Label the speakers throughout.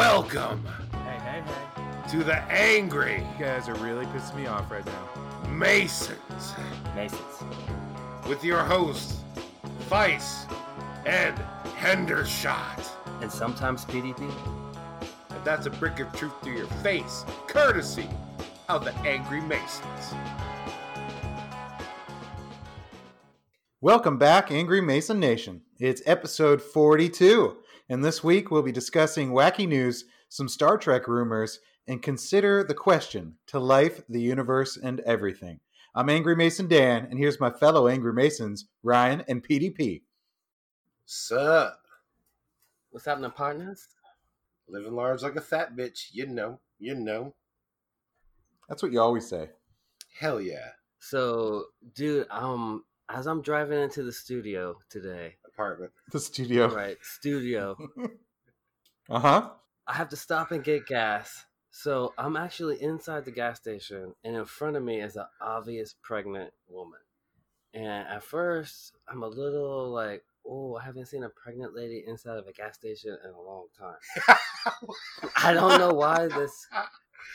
Speaker 1: Welcome
Speaker 2: Hey, hey, hey.
Speaker 1: to the Angry
Speaker 2: You guys are really pissing me off right now.
Speaker 1: Masons
Speaker 2: Masons.
Speaker 1: with your hosts, Vice and Hendershot.
Speaker 3: and sometimes PDP.
Speaker 1: And that's a brick of truth to your face, courtesy of the Angry Masons.
Speaker 2: Welcome back, Angry Mason Nation. It's episode 42, and this week we'll be discussing wacky news, some Star Trek rumors, and consider the question to life, the universe, and everything. I'm Angry Mason Dan, and here's my fellow Angry Masons, Ryan and PDP.
Speaker 1: Sup?
Speaker 3: What's happening, partners?
Speaker 1: Living large like a fat bitch, you know, you know.
Speaker 2: That's what you always say.
Speaker 1: Hell yeah.
Speaker 3: So, dude, um, as I'm driving into the studio today,
Speaker 1: Apartment.
Speaker 2: The studio.
Speaker 3: right, studio,
Speaker 2: Uh huh.
Speaker 3: I have to stop and get gas. So I'm actually inside the gas station, and in front of me is an obvious pregnant woman. And at first, I'm a little like, oh, I haven't seen a pregnant lady inside of a gas station in a long time. I don't know why this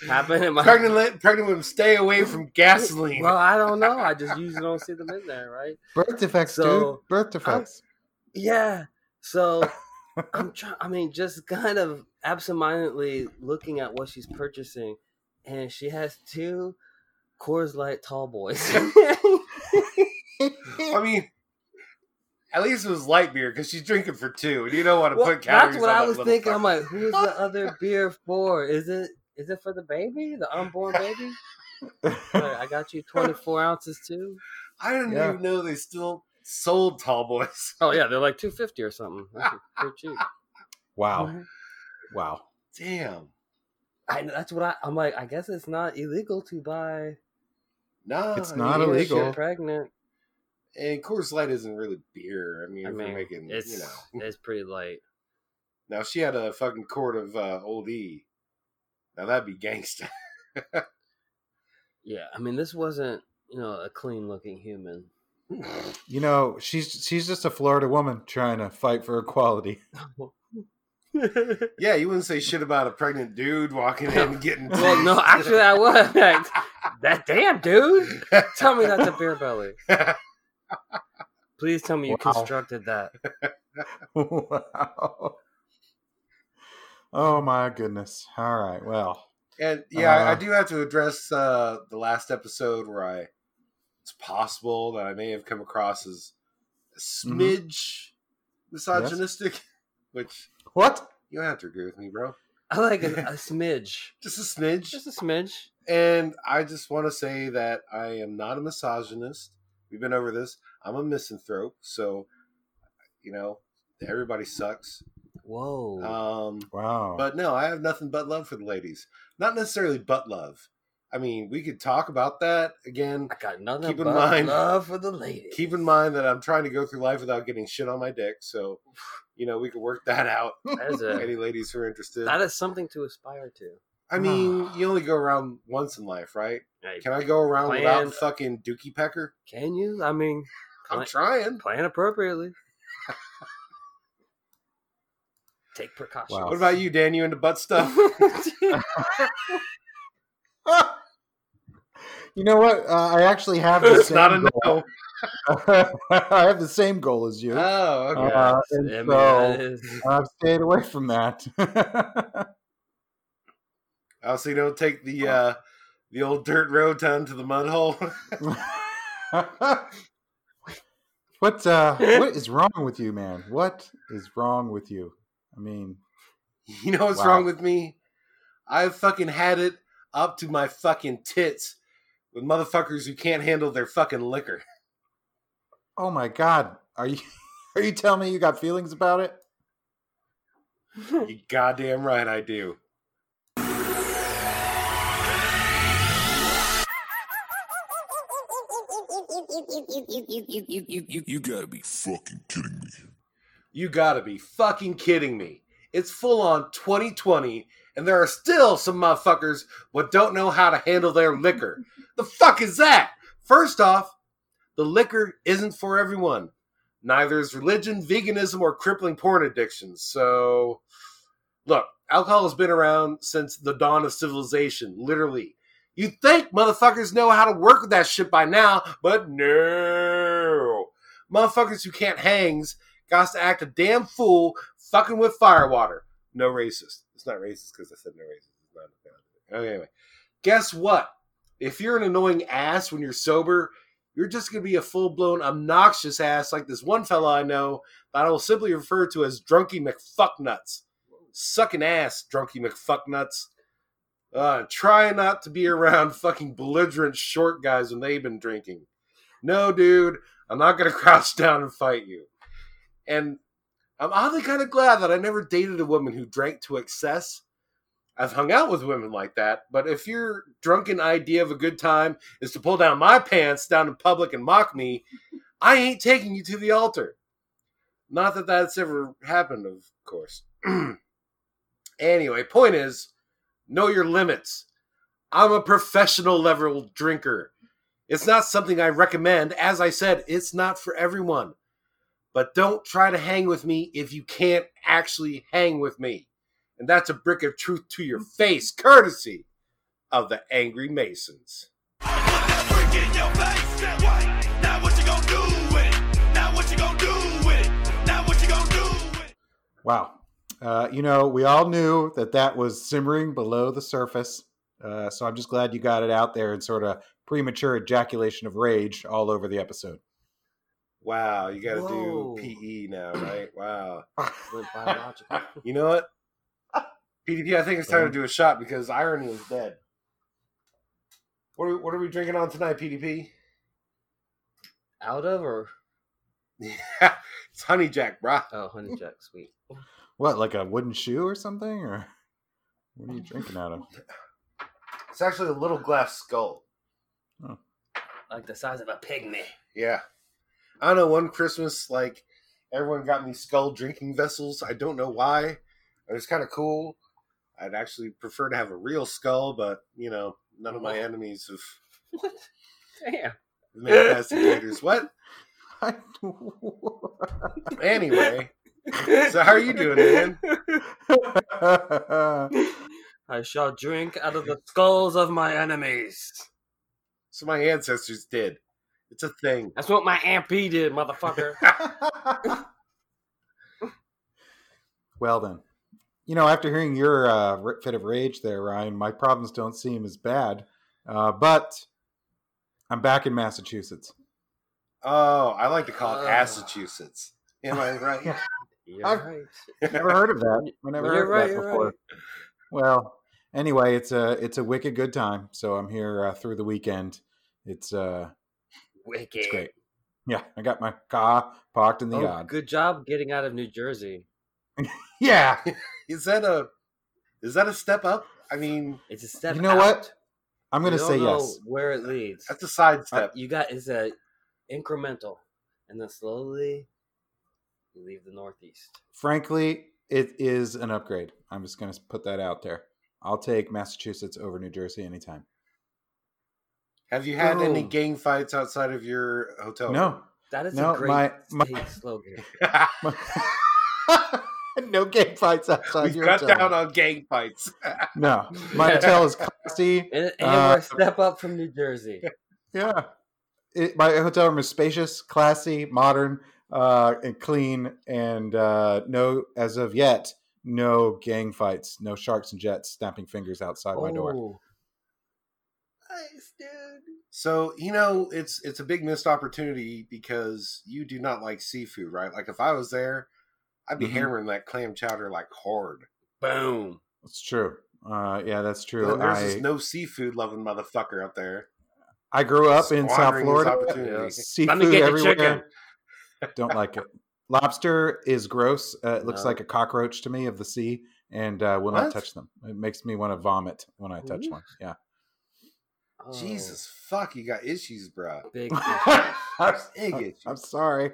Speaker 3: happened in my
Speaker 1: Pregnant, li- pregnant women, stay away from gasoline.
Speaker 3: Well, I don't know. I just usually don't see them in there, right?
Speaker 2: Birth defects,
Speaker 3: So,
Speaker 2: dude. Birth defects.
Speaker 3: Yeah. So I'm trying. I mean, just kind of absentmindedly looking at what she's purchasing, and she has two Coors Light tall boys.
Speaker 1: I mean, at least it was light beer because she's drinking for two, and you don't want to
Speaker 3: Well,
Speaker 1: put
Speaker 3: that's
Speaker 1: calories.
Speaker 3: what
Speaker 1: on
Speaker 3: I
Speaker 1: that
Speaker 3: was
Speaker 1: little
Speaker 3: thinking. I'm
Speaker 1: fucker.
Speaker 3: like, who's the other beer for? Is it is it for the baby, the unborn baby? Like, I got you 24 ounces too.
Speaker 1: I didn't
Speaker 2: Yeah.
Speaker 1: even know they still sold tall boys.
Speaker 3: Oh yeah, they're like 250 or something. That's pretty cheap.
Speaker 2: wow. Wow.
Speaker 1: Damn.
Speaker 3: I know that's what I, I'm like. I guess it's not illegal to buy.
Speaker 1: No,
Speaker 2: It's
Speaker 1: I
Speaker 2: not
Speaker 1: mean,
Speaker 3: beer if you're
Speaker 2: illegal.
Speaker 3: Pregnant.
Speaker 1: And Coors Light isn't really beer. I mean,
Speaker 3: I
Speaker 1: if
Speaker 3: mean,
Speaker 1: we're making,
Speaker 3: it's
Speaker 1: you know.
Speaker 3: it's pretty light.
Speaker 1: Now, if she had a fucking quart of uh, Old E, now that'd be gangsta.
Speaker 3: Yeah, I mean, this wasn't you know a clean looking human.
Speaker 2: You know, she's she's just a Florida woman trying to fight for equality.
Speaker 3: well,
Speaker 1: yeah, you wouldn't say shit about a pregnant dude walking in and getting.
Speaker 3: no, actually, I was like, that damn dude. Tell me that's a beer belly. Please tell me you
Speaker 2: Wow.
Speaker 3: constructed that.
Speaker 2: wow. Oh my goodness. All right. Well,
Speaker 1: And yeah, I I
Speaker 2: Uh,
Speaker 1: do have to address uh, the last episode where I it's possible that I may have come across as a
Speaker 2: Mm-hmm.
Speaker 1: smidge misogynistic, which
Speaker 2: what?
Speaker 1: you don't have to agree with me, bro.
Speaker 3: I like a, a smidge,
Speaker 1: Just a smidge.
Speaker 3: just a smidge.
Speaker 1: And I just want to say that I am not a misogynist. We've been over this. I'm a misanthrope, so you know everybody sucks.
Speaker 3: Whoa.
Speaker 1: Um,
Speaker 2: Wow.
Speaker 1: But no, I have nothing but love for the ladies. Not necessarily but love. I mean, we could talk about that again.
Speaker 3: I got nothing
Speaker 1: keep in
Speaker 3: but
Speaker 1: mind-
Speaker 3: love for the lady.
Speaker 1: Keep in mind that I'm trying to go through life without getting shit on my dick, so you know we could work that out.
Speaker 3: That is, a,
Speaker 1: Any ladies who are interested.
Speaker 3: that is something to aspire to.
Speaker 1: I mean, you only go around once in life, right?
Speaker 3: Hey,
Speaker 1: Can I go around
Speaker 3: Plan-
Speaker 1: without fucking Dookie Pecker?
Speaker 3: Can you? I mean,
Speaker 1: I'm
Speaker 3: Plan-
Speaker 1: trying.
Speaker 3: plan appropriately. Take precautions.
Speaker 2: Wow.
Speaker 1: What about you, Dan? You into butt stuff?
Speaker 2: you know what? Uh, I actually have the
Speaker 1: it's
Speaker 2: same
Speaker 1: not a
Speaker 2: goal.
Speaker 1: no.
Speaker 2: I have the same goal as you.
Speaker 1: Oh, okay.
Speaker 2: Uh,
Speaker 3: Yes,
Speaker 2: and
Speaker 3: I mean,
Speaker 2: so-
Speaker 3: that is-
Speaker 2: I've stayed away from that.
Speaker 1: Oh, so you don't take the uh, the old dirt road down to the mud hole.
Speaker 2: what uh what is wrong with you, man? What is wrong with you? I mean,
Speaker 1: You know what's
Speaker 2: Wow.
Speaker 1: wrong with me? I fucking had it up to my fucking tits with motherfuckers who can't handle their fucking liquor.
Speaker 2: oh my god. Are you are you telling me you got feelings about it?
Speaker 1: You goddamn right I do.
Speaker 4: You gotta be fucking kidding me.
Speaker 1: You gotta be fucking kidding me. It's full on 2020, and there are still some motherfuckers what don't know how to handle their liquor. The fuck is that? First off, the liquor isn't for everyone. Neither is religion, veganism, or crippling porn addictions. So, look, Alcohol has been around since the dawn of civilization, literally. You'd think motherfuckers know how to work with that shit by now, but no. Motherfuckers who can't hangs got to act a damn fool fucking with firewater. No racist. It's not racist because I said no racist. It's not okay, anyway. Guess what? If you're an annoying ass when you're sober, you're just going to be a full blown obnoxious ass like this one fella I know that I will simply refer to as Drunky McFucknuts. Sucking ass, Drunky McFucknuts. Uh, try not to be around fucking belligerent short guys when they've been drinking. No, dude, I'm not going to crouch down and fight you. And I'm oddly kind of glad that I never dated a woman who drank to excess. I've hung out with women like that, but if your drunken idea of a good time is to pull down my pants down in public and mock me, I ain't taking you to the altar. Not that that's ever happened, of course. anyway, point is know your limits. I'm a professional level drinker. It's not something I recommend. As I said, it's not for everyone. But don't try to hang with me if you can't actually hang with me. And that's a brick of truth to your face, courtesy of the Angry Masons.
Speaker 2: Wow. Uh, you know, we all knew that that was simmering below the surface. Uh, so I'm just glad you got it out there and sort of premature ejaculation of rage all over the episode.
Speaker 1: Wow, you got to do
Speaker 3: Whoa.
Speaker 1: PE now, right? Wow.
Speaker 3: Went biological.
Speaker 1: You know what? PDP, I think it's time to do a shot because irony is dead. What are, what are we drinking on tonight, PDP?
Speaker 3: Out of or
Speaker 1: Yeah, it's Honey Jack, brah.
Speaker 3: oh, honey jack, sweet.
Speaker 2: What, like a wooden shoe or something? Or what are you drinking out of?
Speaker 1: It's actually a little glass skull.
Speaker 3: Like the size of a pygmy.
Speaker 1: Yeah. I know one Christmas, like, everyone got me skull drinking vessels. I don't know why. It was kind of cool. I'd actually prefer to have a real skull, but, you know, none of my enemies have
Speaker 3: What? Damn.
Speaker 1: made investigators. What? Anyway, So how are you doing, man?
Speaker 3: I shall drink out of the skulls of my enemies.
Speaker 1: so my ancestors did. It's a thing.
Speaker 3: That's what my auntie did, motherfucker.
Speaker 2: well then, you know, after hearing your uh, r- fit of rage there, Ryan, my problems don't seem as bad. Uh, but I'm back in Massachusetts.
Speaker 1: Oh, I like to call it
Speaker 3: Ah.
Speaker 1: Massachusetts. Am I right?
Speaker 3: You're
Speaker 2: I've-
Speaker 3: right.
Speaker 2: Never heard of that. I never
Speaker 3: You're
Speaker 2: heard
Speaker 3: right,
Speaker 2: of that
Speaker 3: you're
Speaker 2: before.
Speaker 3: right.
Speaker 2: Well, anyway, it's a it's a wicked good time. So I'm here uh, through the weekend. It's uh,
Speaker 3: Wicked.
Speaker 2: it's great. Yeah, I got my car parked in the
Speaker 3: Oh,
Speaker 2: yard.
Speaker 3: good job getting out of New Jersey.
Speaker 2: Yeah,
Speaker 1: Is that a is that a step up? I mean,
Speaker 3: It's a step.
Speaker 2: You know
Speaker 3: out.
Speaker 2: what? I'm gonna
Speaker 3: You don't
Speaker 2: say
Speaker 3: know
Speaker 2: yes.
Speaker 3: Where it leads,
Speaker 1: that's a side
Speaker 3: Uh,
Speaker 1: step.
Speaker 3: you got is a incremental, and then slowly you leave the Northeast.
Speaker 2: Frankly, it is an upgrade. I'm just gonna put that out there. I'll take Massachusetts over New Jersey anytime.
Speaker 1: Have you had any
Speaker 3: no.
Speaker 1: gang fights outside of your hotel?
Speaker 2: No,
Speaker 3: That is
Speaker 2: No,
Speaker 3: a great
Speaker 2: my- my-
Speaker 3: state slogan.
Speaker 1: room?
Speaker 2: no gang fights outside
Speaker 1: We've
Speaker 2: your
Speaker 1: cut
Speaker 2: hotel.
Speaker 1: down on gang fights.
Speaker 2: no, my hotel is classy.
Speaker 3: And, and
Speaker 2: Uh,
Speaker 3: we're a step up from New Jersey.
Speaker 2: Yeah. It, my hotel room is spacious, classy, modern, uh, and clean, and uh, no, as of yet, no gang fights, no sharks and jets snapping fingers outside my door.
Speaker 3: Oh. Nice, dude.
Speaker 1: So you know, it's it's a big missed opportunity because you do not like seafood, right? Like if I was there, I'd be
Speaker 2: Mhm.
Speaker 1: hammering that clam chowder like hard.
Speaker 3: Boom.
Speaker 2: It's true. Uh, yeah, that's true.
Speaker 1: But There's
Speaker 2: I,
Speaker 1: this no seafood loving motherfucker out there.
Speaker 2: I grew up in South
Speaker 1: squandering his
Speaker 2: Florida.
Speaker 1: opportunities.
Speaker 3: Let
Speaker 2: Uh, Seafood
Speaker 3: me get the
Speaker 2: everywhere. Don't like it. Lobster is gross. Uh, it looks
Speaker 3: No.
Speaker 2: like a cockroach to me of the sea, and uh, will
Speaker 1: What?
Speaker 2: not touch them. It makes me want to vomit when I touch
Speaker 3: Ooh.
Speaker 2: one. Yeah.
Speaker 3: Oh,
Speaker 1: Jesus fuck, you got issues, bro.
Speaker 3: Big.
Speaker 2: I'm,
Speaker 1: Big issues.
Speaker 2: I'm sorry.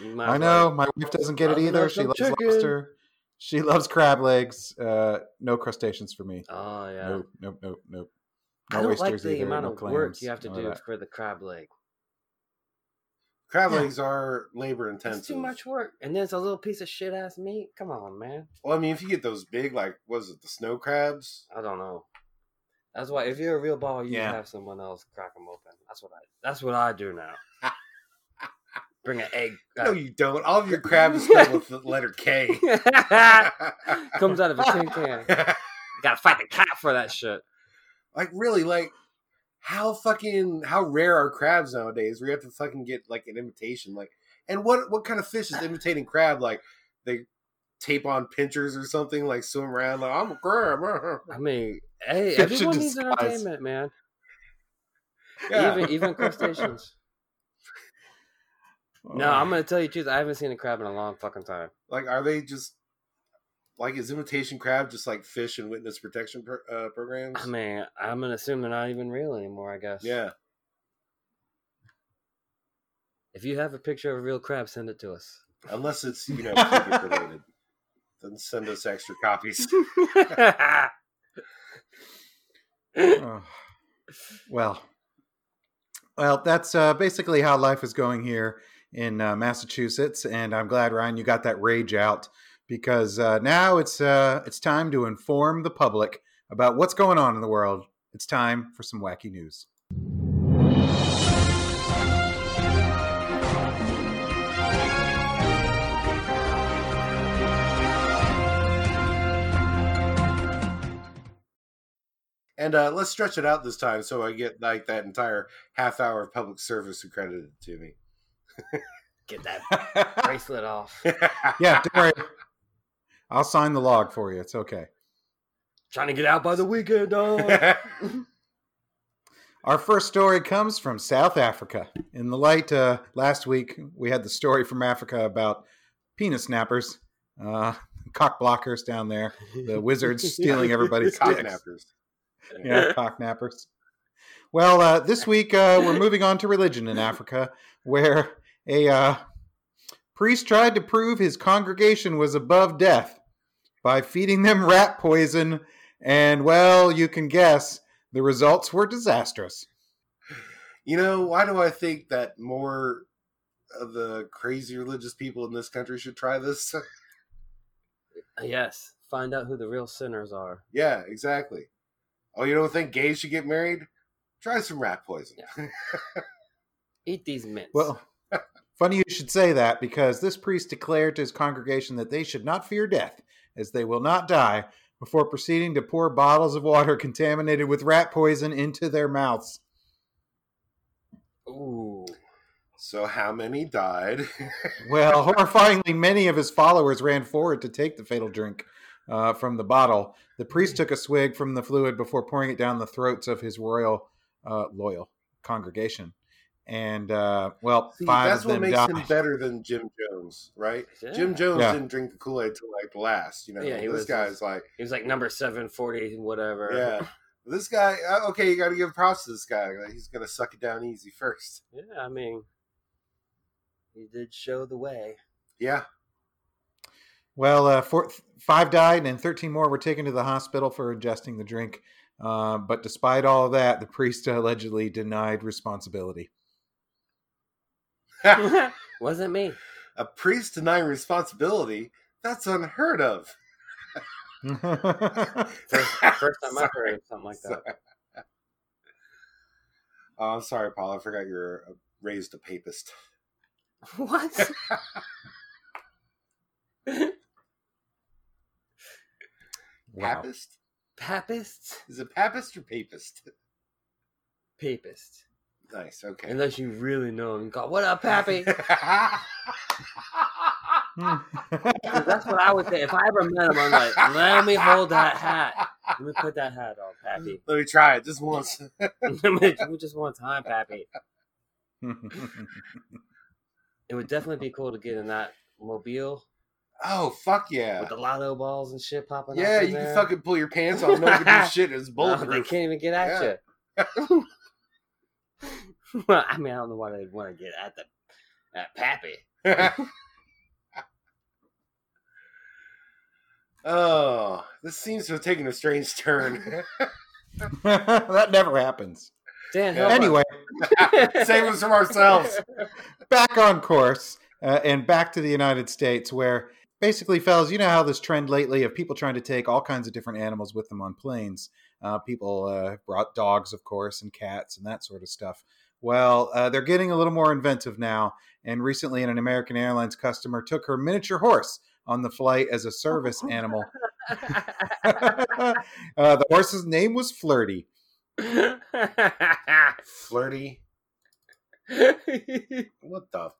Speaker 3: You might
Speaker 2: I
Speaker 3: as
Speaker 2: know
Speaker 3: well-
Speaker 2: my wife doesn't get it
Speaker 3: I'm
Speaker 2: either.
Speaker 3: not
Speaker 2: She
Speaker 3: some
Speaker 2: loves
Speaker 3: chicken.
Speaker 2: lobster. She loves crab legs. Uh, no crustaceans for me.
Speaker 3: Oh yeah.
Speaker 2: Nope, nope, nope, nope.
Speaker 3: I
Speaker 2: No
Speaker 3: don't like
Speaker 2: oysters
Speaker 3: the
Speaker 2: either,
Speaker 3: amount
Speaker 2: no
Speaker 3: of work
Speaker 2: clams,
Speaker 3: you have to
Speaker 2: none of
Speaker 3: do
Speaker 2: that.
Speaker 3: for the crab leg.
Speaker 1: Travelings are labor intensive.
Speaker 3: It's too much work, and then it's a little piece of shit ass meat. Come on, man.
Speaker 1: Well, I mean, if you get those big, like, was it the snow crabs?
Speaker 3: I don't know. That's why if you're a real baller, you
Speaker 2: Yeah.
Speaker 3: have someone else crack them open. That's what I. That's what I do now. Bring an egg. uh,
Speaker 1: No, you don't. All of your crab is spelled with the letter K.
Speaker 3: Comes out of a tin can. Gotta fight the cat for that shit.
Speaker 1: like, really, like, how fucking how rare are crabs nowadays? Where you have to fucking get like an imitation, like, and what what kind of fish is imitating crab? Like, they tape on pinchers or something, like swim around. Like, I'm a crab.
Speaker 3: I mean, hey,
Speaker 2: Fish in
Speaker 3: everyone needs
Speaker 2: disguise.
Speaker 3: entertainment, man.
Speaker 1: Yeah.
Speaker 3: Even even crustaceans. No, I'm gonna tell you the truth. I haven't seen a crab in a long fucking time.
Speaker 1: Like, are they just like is imitation crab just like fish and witness protection pro- uh, programs?
Speaker 3: I mean, I'm gonna assume they're not even real anymore. I guess.
Speaker 1: yeah,
Speaker 3: If you have a picture of a real crab, send it to us.
Speaker 1: unless it's you know pubic related, then send us extra copies.
Speaker 2: Ugh. well, well, that's uh, basically how life is going here in uh, Massachusetts, and I'm glad Ryan you got that rage out because uh, now it's uh, it's time to inform the public about what's going on in the world. It's time for some wacky news.
Speaker 1: And uh, let's stretch it out this time so I get like that entire half hour of public service accredited to me.
Speaker 3: Get that bracelet off.
Speaker 2: yeah, don't worry. I'll sign the log for you. It's okay.
Speaker 3: Trying to get out by the weekend, dog.
Speaker 2: Our first story comes from South Africa. In the light, uh, last week we had the story from Africa about penis snappers, uh, cock blockers down there, the wizards stealing everybody's
Speaker 1: Cock
Speaker 2: dicks.
Speaker 1: nappers.
Speaker 2: Yeah, cock nappers. Well, uh, this week uh, we're moving on to religion in Africa, where a uh, priest tried to prove his congregation was above death by feeding them rat poison, and well, you can guess the results were disastrous.
Speaker 1: You know, why do I think that more of the crazy religious people in this country should try this?
Speaker 3: yes. Find out who the real sinners are.
Speaker 1: yeah, exactly. Oh, you don't think gays should get married? Try some rat poison.
Speaker 3: Eat these mints.
Speaker 2: Well, funny you should say that because this priest declared to his congregation that they should not fear death, as they will not die, before proceeding to pour bottles of water contaminated with rat poison into their mouths.
Speaker 3: ooh,
Speaker 1: So, how many died?
Speaker 2: Well, horrifyingly, many of his followers ran forward to take the fatal drink uh, from the bottle. The priest took a swig from the fluid before pouring it down the throats of his royal, uh, loyal congregation. And, uh, well,
Speaker 1: See,
Speaker 2: five
Speaker 1: that's
Speaker 2: of
Speaker 1: what
Speaker 2: them
Speaker 1: makes
Speaker 2: died.
Speaker 1: him better than Jim Jones, right?
Speaker 3: Yeah.
Speaker 1: Jim Jones
Speaker 2: Yeah.
Speaker 1: didn't drink the Kool Aid till like last. You know,
Speaker 3: Yeah, he
Speaker 1: this
Speaker 3: was-
Speaker 1: guy's like,
Speaker 3: he was like number seven forty, whatever.
Speaker 1: yeah, this guy. uh, Okay, you got to give props to this guy. Like, he's gonna suck it down easy first.
Speaker 3: Yeah, I mean, he did show the way.
Speaker 1: Yeah,
Speaker 2: Well, uh, four, five died and 13 more were taken to the hospital for ingesting the drink. Uh, but despite all of that, the priest allegedly denied responsibility.
Speaker 3: Wasn't me.
Speaker 1: a priest denying responsibility. That's unheard of.
Speaker 3: First, first time I heard of something like that.
Speaker 1: Oh, I'm sorry, Paul. I forgot you're uh, raised a papist.
Speaker 3: What?
Speaker 2: Wow.
Speaker 1: Papist?
Speaker 3: Papist?
Speaker 1: Is it papist or papist?
Speaker 3: Papist.
Speaker 1: Nice. Okay.
Speaker 3: Unless you really know him. You go, what up, Pappy?
Speaker 2: Hmm.
Speaker 3: That's what I would say. If I ever met him, I'm like, let me hold that hat. Let me put that hat on, Pappy.
Speaker 1: Let me try it just once.
Speaker 3: Let me just one time, Pappy. It would definitely be cool to get in that mobile
Speaker 1: Oh fuck yeah!
Speaker 3: with the lotto balls and shit popping out.
Speaker 1: Yeah,
Speaker 3: from
Speaker 1: you
Speaker 3: there.
Speaker 1: can fucking pull your pants off. No one can do shit. It's
Speaker 3: No, they
Speaker 1: bulletproof.
Speaker 3: can't even get at
Speaker 1: Yeah.
Speaker 3: you. well, I mean, I don't know why they'd want to get at the at Pappy.
Speaker 1: oh, this seems to have taken a strange turn.
Speaker 2: that never happens.
Speaker 3: Dan, help
Speaker 1: Yeah.
Speaker 2: Anyway,
Speaker 3: us.
Speaker 1: Save us from ourselves.
Speaker 2: back on course uh, and back to the United States, where basically, fellas, you know how this trend lately of people trying to take all kinds of different animals with them on planes. Uh, people uh, brought dogs, of course, and cats and that sort of stuff. Well, uh, they're getting a little more inventive now. And recently, an American Airlines customer took her miniature horse on the flight as a service animal. uh, the horse's name was Flirty.
Speaker 1: Flirty. What the?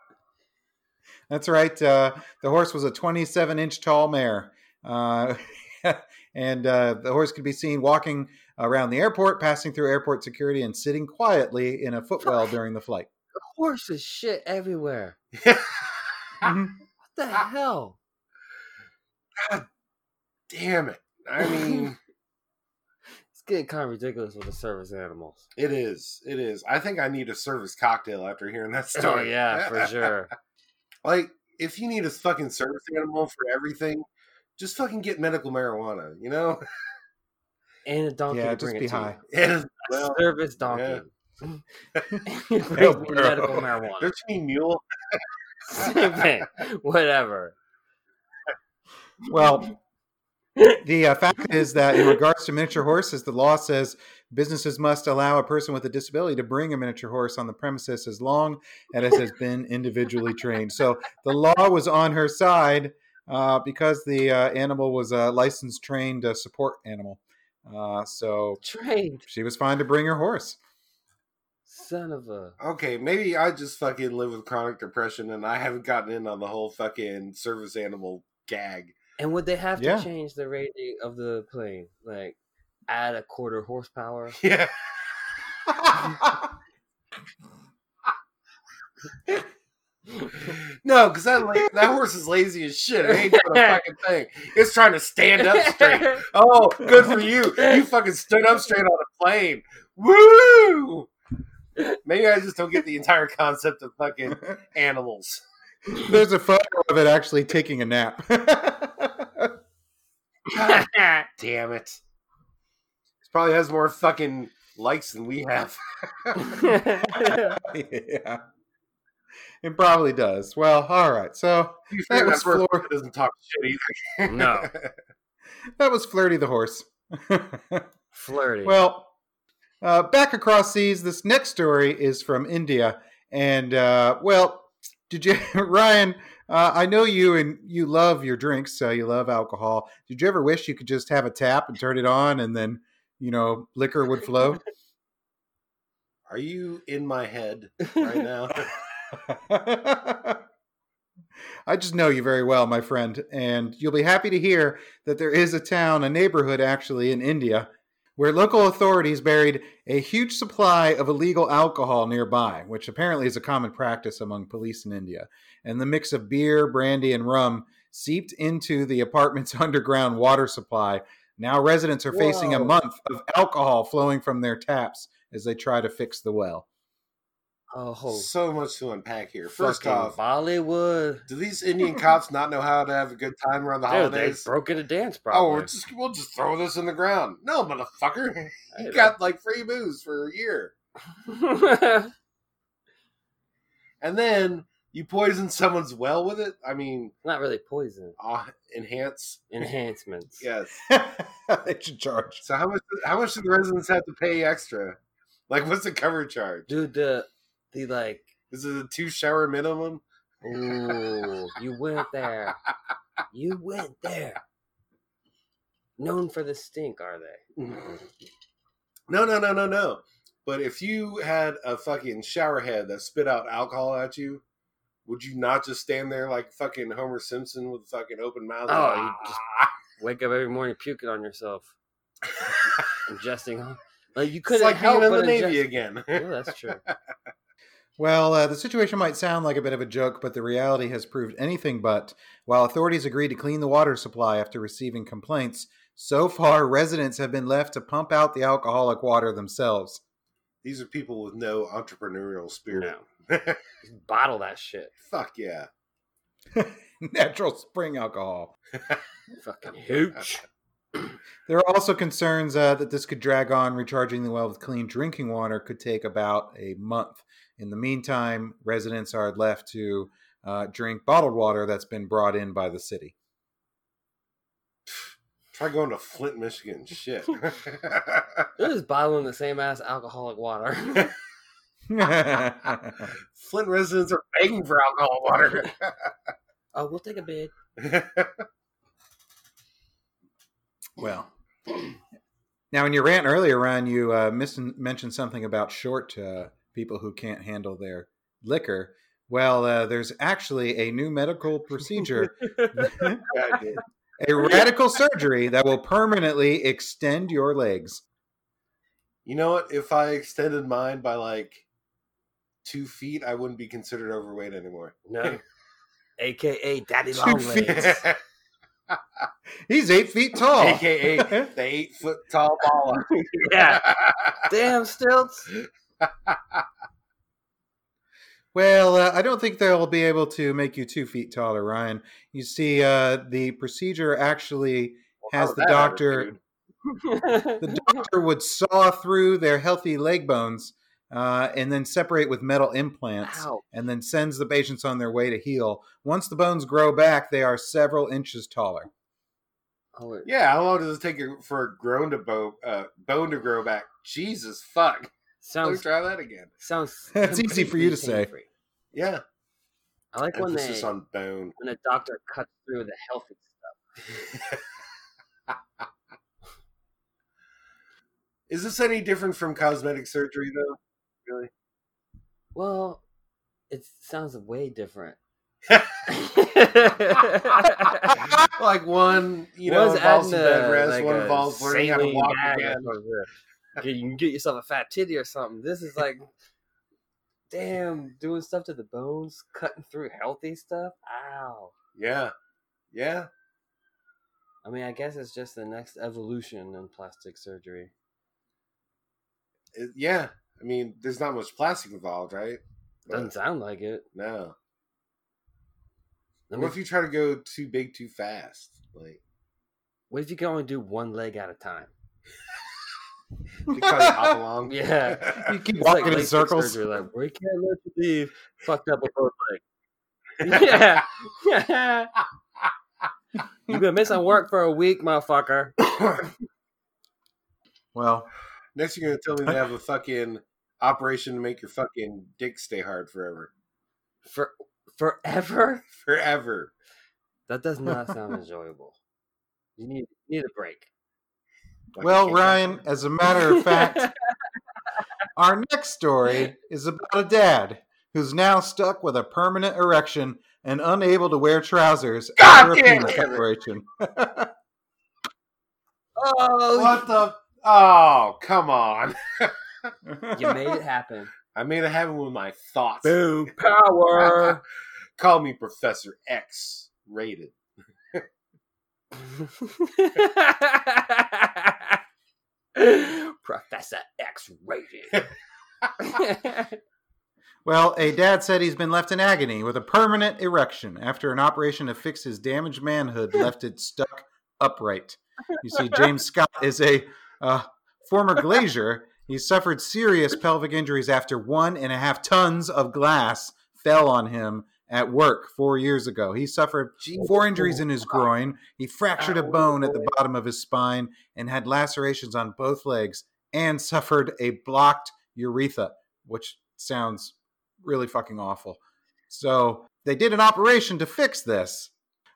Speaker 2: That's right. Uh, the horse was a 27 inch tall mare. Uh, and uh, the horse could be seen walking around the airport, passing through airport security, and sitting quietly in a footwell during the flight.
Speaker 3: Horses shit everywhere.
Speaker 2: Mhm.
Speaker 3: What the hell?
Speaker 1: Damn it. I mean,
Speaker 3: It's getting kind of ridiculous with the service animals.
Speaker 1: it is. It is. I think I need a service cocktail after hearing that
Speaker 3: Oh
Speaker 1: story.
Speaker 3: yeah, for sure.
Speaker 1: Like, if you need a fucking service animal for everything, just fucking get medical marijuana, you know?
Speaker 3: And a donkey
Speaker 2: Yeah,
Speaker 3: to
Speaker 2: just
Speaker 3: bring
Speaker 2: be
Speaker 3: it to
Speaker 2: high.
Speaker 3: you.
Speaker 1: It is, well,
Speaker 3: A service
Speaker 1: yeah.
Speaker 3: donkey. Brings me
Speaker 2: Hell, bro.
Speaker 3: medical marijuana.
Speaker 1: there's any mule.
Speaker 3: Same thing. Whatever.
Speaker 2: Well, the uh, fact is that in regards to miniature horses, the law says businesses must allow a person with a disability to bring a miniature horse on the premises as long as it has been individually trained. So the law was on her side uh, because the uh, animal was a licensed, trained uh, support animal. Uh, so
Speaker 3: Trained.
Speaker 2: she was fine to bring her horse.
Speaker 3: Son of a.
Speaker 1: Okay, maybe I just fucking live with chronic depression and I haven't gotten in on the whole fucking service animal gag.
Speaker 3: And would they have
Speaker 2: Yeah.
Speaker 3: to change the rating of the plane? Like add a quarter horsepower?
Speaker 1: Yeah. No, because that la- that horse is lazy as shit. It ain't doing a fucking thing. It's trying to stand up straight. Oh, good for you. You fucking stood up straight on a plane. Woo! Maybe I just don't get the entire concept of fucking animals.
Speaker 2: There's a photo of it actually taking a nap.
Speaker 1: God damn it. This probably has more fucking likes than we have.
Speaker 2: yeah. It probably does. Well, all right. So That was
Speaker 1: bird
Speaker 2: floor.
Speaker 1: doesn't talk shit either.
Speaker 3: No.
Speaker 2: that was Flirty the horse.
Speaker 3: Flirty.
Speaker 2: well, uh, back across seas, this next story is from India. And, uh, well, did you, Ryan, uh, I know you and you love your drinks, so you love alcohol. Did you ever wish you could just have a tap and turn it on and then, you know, liquor would flow?
Speaker 1: Are you in my head right now?
Speaker 2: I just know you very well, my friend, and you'll be happy to hear that there is a town, a neighborhood actually, in India where local authorities buried a huge supply of illegal alcohol nearby, which apparently is a common practice among police in India. And the mix of beer, brandy, and rum seeped into the apartment's underground water supply. Now residents are facing a
Speaker 3: Whoa.
Speaker 2: month of alcohol flowing from their taps as they try to fix the well.
Speaker 3: oh,
Speaker 1: So much to unpack here. First
Speaker 3: fucking
Speaker 1: off,
Speaker 3: Bollywood.
Speaker 1: do these Indian cops not know how to have a good time around the
Speaker 3: Dude, they
Speaker 1: holidays?
Speaker 3: broke it a dance,
Speaker 1: Oh,
Speaker 3: probably.
Speaker 1: we're just, we'll just throw this in the ground. No, motherfucker.
Speaker 3: Hey,
Speaker 1: You got like free booze for a year.
Speaker 3: that-
Speaker 1: And then you poison someone's well with it. I mean,
Speaker 3: not really poison.
Speaker 1: uh, enhance.
Speaker 3: Enhancements.
Speaker 1: Yes.
Speaker 2: they should charge.
Speaker 1: So how much how much do the residents have to pay extra? Like what's the cover charge?
Speaker 3: Dude, the the like
Speaker 1: Is it a two shower minimum?
Speaker 3: Ooh, you went there. You went there. Known for the stink, are they?
Speaker 1: No, no, no, no, no. But if you had a fucking shower head that spit out alcohol at you, would you not just stand there like fucking Homer Simpson with fucking open mouth?
Speaker 3: Oh, you just- Wake up every morning puking on yourself, ingesting. on- Like you
Speaker 1: it's
Speaker 3: couldn't
Speaker 1: like
Speaker 3: help
Speaker 1: being in
Speaker 3: but
Speaker 1: the
Speaker 3: ingest.
Speaker 1: Navy again.
Speaker 3: Oh, that's true.
Speaker 2: Well, uh, the situation might sound like a bit of a joke, but the reality has proved anything but. While authorities agreed to clean the water supply after receiving complaints, so far residents have been left to pump out the alcoholic water themselves.
Speaker 1: These are people with no entrepreneurial spirit.
Speaker 3: No, Just bottle that shit.
Speaker 1: Fuck yeah.
Speaker 2: Natural spring alcohol.
Speaker 3: Fucking huge.
Speaker 2: There are also concerns uh, that this could drag on. Recharging the well with clean drinking water could take about a month. In the meantime, residents are left to uh, drink bottled water that's been brought in by the city.
Speaker 1: Try going to Flint, Michigan. Shit.
Speaker 3: They're just bottling the same ass alcoholic water.
Speaker 2: That's
Speaker 1: Flint residents are begging for alcohol water.
Speaker 3: oh, we'll take a bid.
Speaker 2: Well, now in your rant earlier, Ryan, you uh, mis- mentioned something about short uh, people who can't handle their liquor. Well, uh, there's actually a new medical procedure,
Speaker 1: Goddamn.
Speaker 2: a radical surgery that will permanently extend your legs.
Speaker 1: you know what? If I extended mine by like two feet, I wouldn't be considered overweight anymore.
Speaker 3: No. AKA Daddy
Speaker 2: Two
Speaker 3: Long
Speaker 2: feet.
Speaker 3: Legs.
Speaker 2: He's eight feet tall.
Speaker 1: AKA the eight foot tall baller.
Speaker 3: Oh. yeah. Damn stilts.
Speaker 2: Well, uh, I don't think they'll be able to make you two feet taller, Ryan. You see, uh, the procedure actually Has the doctor- the doctor would saw through their healthy leg bones uh, and then separate with metal implants
Speaker 3: Ow.
Speaker 2: and then sends the patients on their way to heal. Once the bones grow back, they are several inches taller.
Speaker 3: Oh, wait.
Speaker 1: Yeah, how long does it take for a grown to bo- uh, bone to grow back? Jesus fuck. Let me
Speaker 3: Sounds
Speaker 1: try that again.
Speaker 3: sounds.
Speaker 2: That's easy for you to
Speaker 3: completely
Speaker 2: say.
Speaker 3: pain-free.
Speaker 1: Yeah.
Speaker 3: I like when
Speaker 1: Emphasis
Speaker 3: they
Speaker 1: on bone.
Speaker 3: when a doctor cuts through the healthy stuff.
Speaker 1: Is this any different from cosmetic surgery, though? Really?
Speaker 3: Well, it sounds way different.
Speaker 1: like one, you know,
Speaker 3: One's
Speaker 1: involves
Speaker 3: adding
Speaker 1: some bed
Speaker 3: a-
Speaker 1: rest,
Speaker 3: like
Speaker 1: one
Speaker 3: a
Speaker 1: involves learning how to
Speaker 3: saline
Speaker 1: walk
Speaker 3: gag
Speaker 1: again.
Speaker 3: or something. You can get yourself a fat titty or something. This is like, damn, doing stuff to the bones, cutting through healthy stuff. Ow.
Speaker 1: Yeah. Yeah.
Speaker 3: I mean, I guess it's just the next evolution in plastic surgery.
Speaker 1: It- yeah. I mean, there's not much plastic involved, right?
Speaker 3: Doesn't sound like it.
Speaker 1: No.
Speaker 3: I mean,
Speaker 1: What if you try to go too big too fast? Like,
Speaker 3: what if you can only do one leg at a time?
Speaker 1: you try to hop along.
Speaker 3: Yeah.
Speaker 2: You keep
Speaker 3: It's like
Speaker 2: walking in
Speaker 3: LASIK
Speaker 2: circles.
Speaker 3: surgery, like, we can't let you leave fucked up with both legs. yeah. yeah. You've been missing work for a week, motherfucker.
Speaker 2: Well,
Speaker 1: Next, you're gonna tell me they have a fucking operation to make your fucking dick stay hard forever,
Speaker 3: For forever?
Speaker 1: forever.
Speaker 3: That does not sound enjoyable. You need you need a break.
Speaker 1: Like,
Speaker 2: well,
Speaker 1: okay.
Speaker 2: Ryan, as a matter of fact, Our next story is about a dad who's now stuck with a permanent erection and unable to wear trousers
Speaker 1: God
Speaker 2: after a
Speaker 1: damn
Speaker 2: penis
Speaker 1: it.
Speaker 2: operation.
Speaker 3: oh,
Speaker 1: what the? Oh, come on!
Speaker 3: you made it happen.
Speaker 1: I made it happen with my thoughts.
Speaker 3: Boom. Power.
Speaker 1: Call me Professor X. Rated.
Speaker 3: Professor X rated.
Speaker 2: well, a dad said he's been left in agony with a permanent erection after an operation to fix his damaged manhood left it stuck upright. You see, James Scott is a uh, former glazier. He suffered serious pelvic injuries after one and a half tons of glass fell on him at work four years ago. He suffered four injuries in his groin. He fractured a
Speaker 3: Ow.
Speaker 2: bone at the bottom of his spine and had lacerations on both legs and suffered a blocked urethra, which sounds really fucking awful. So they did an operation to fix this.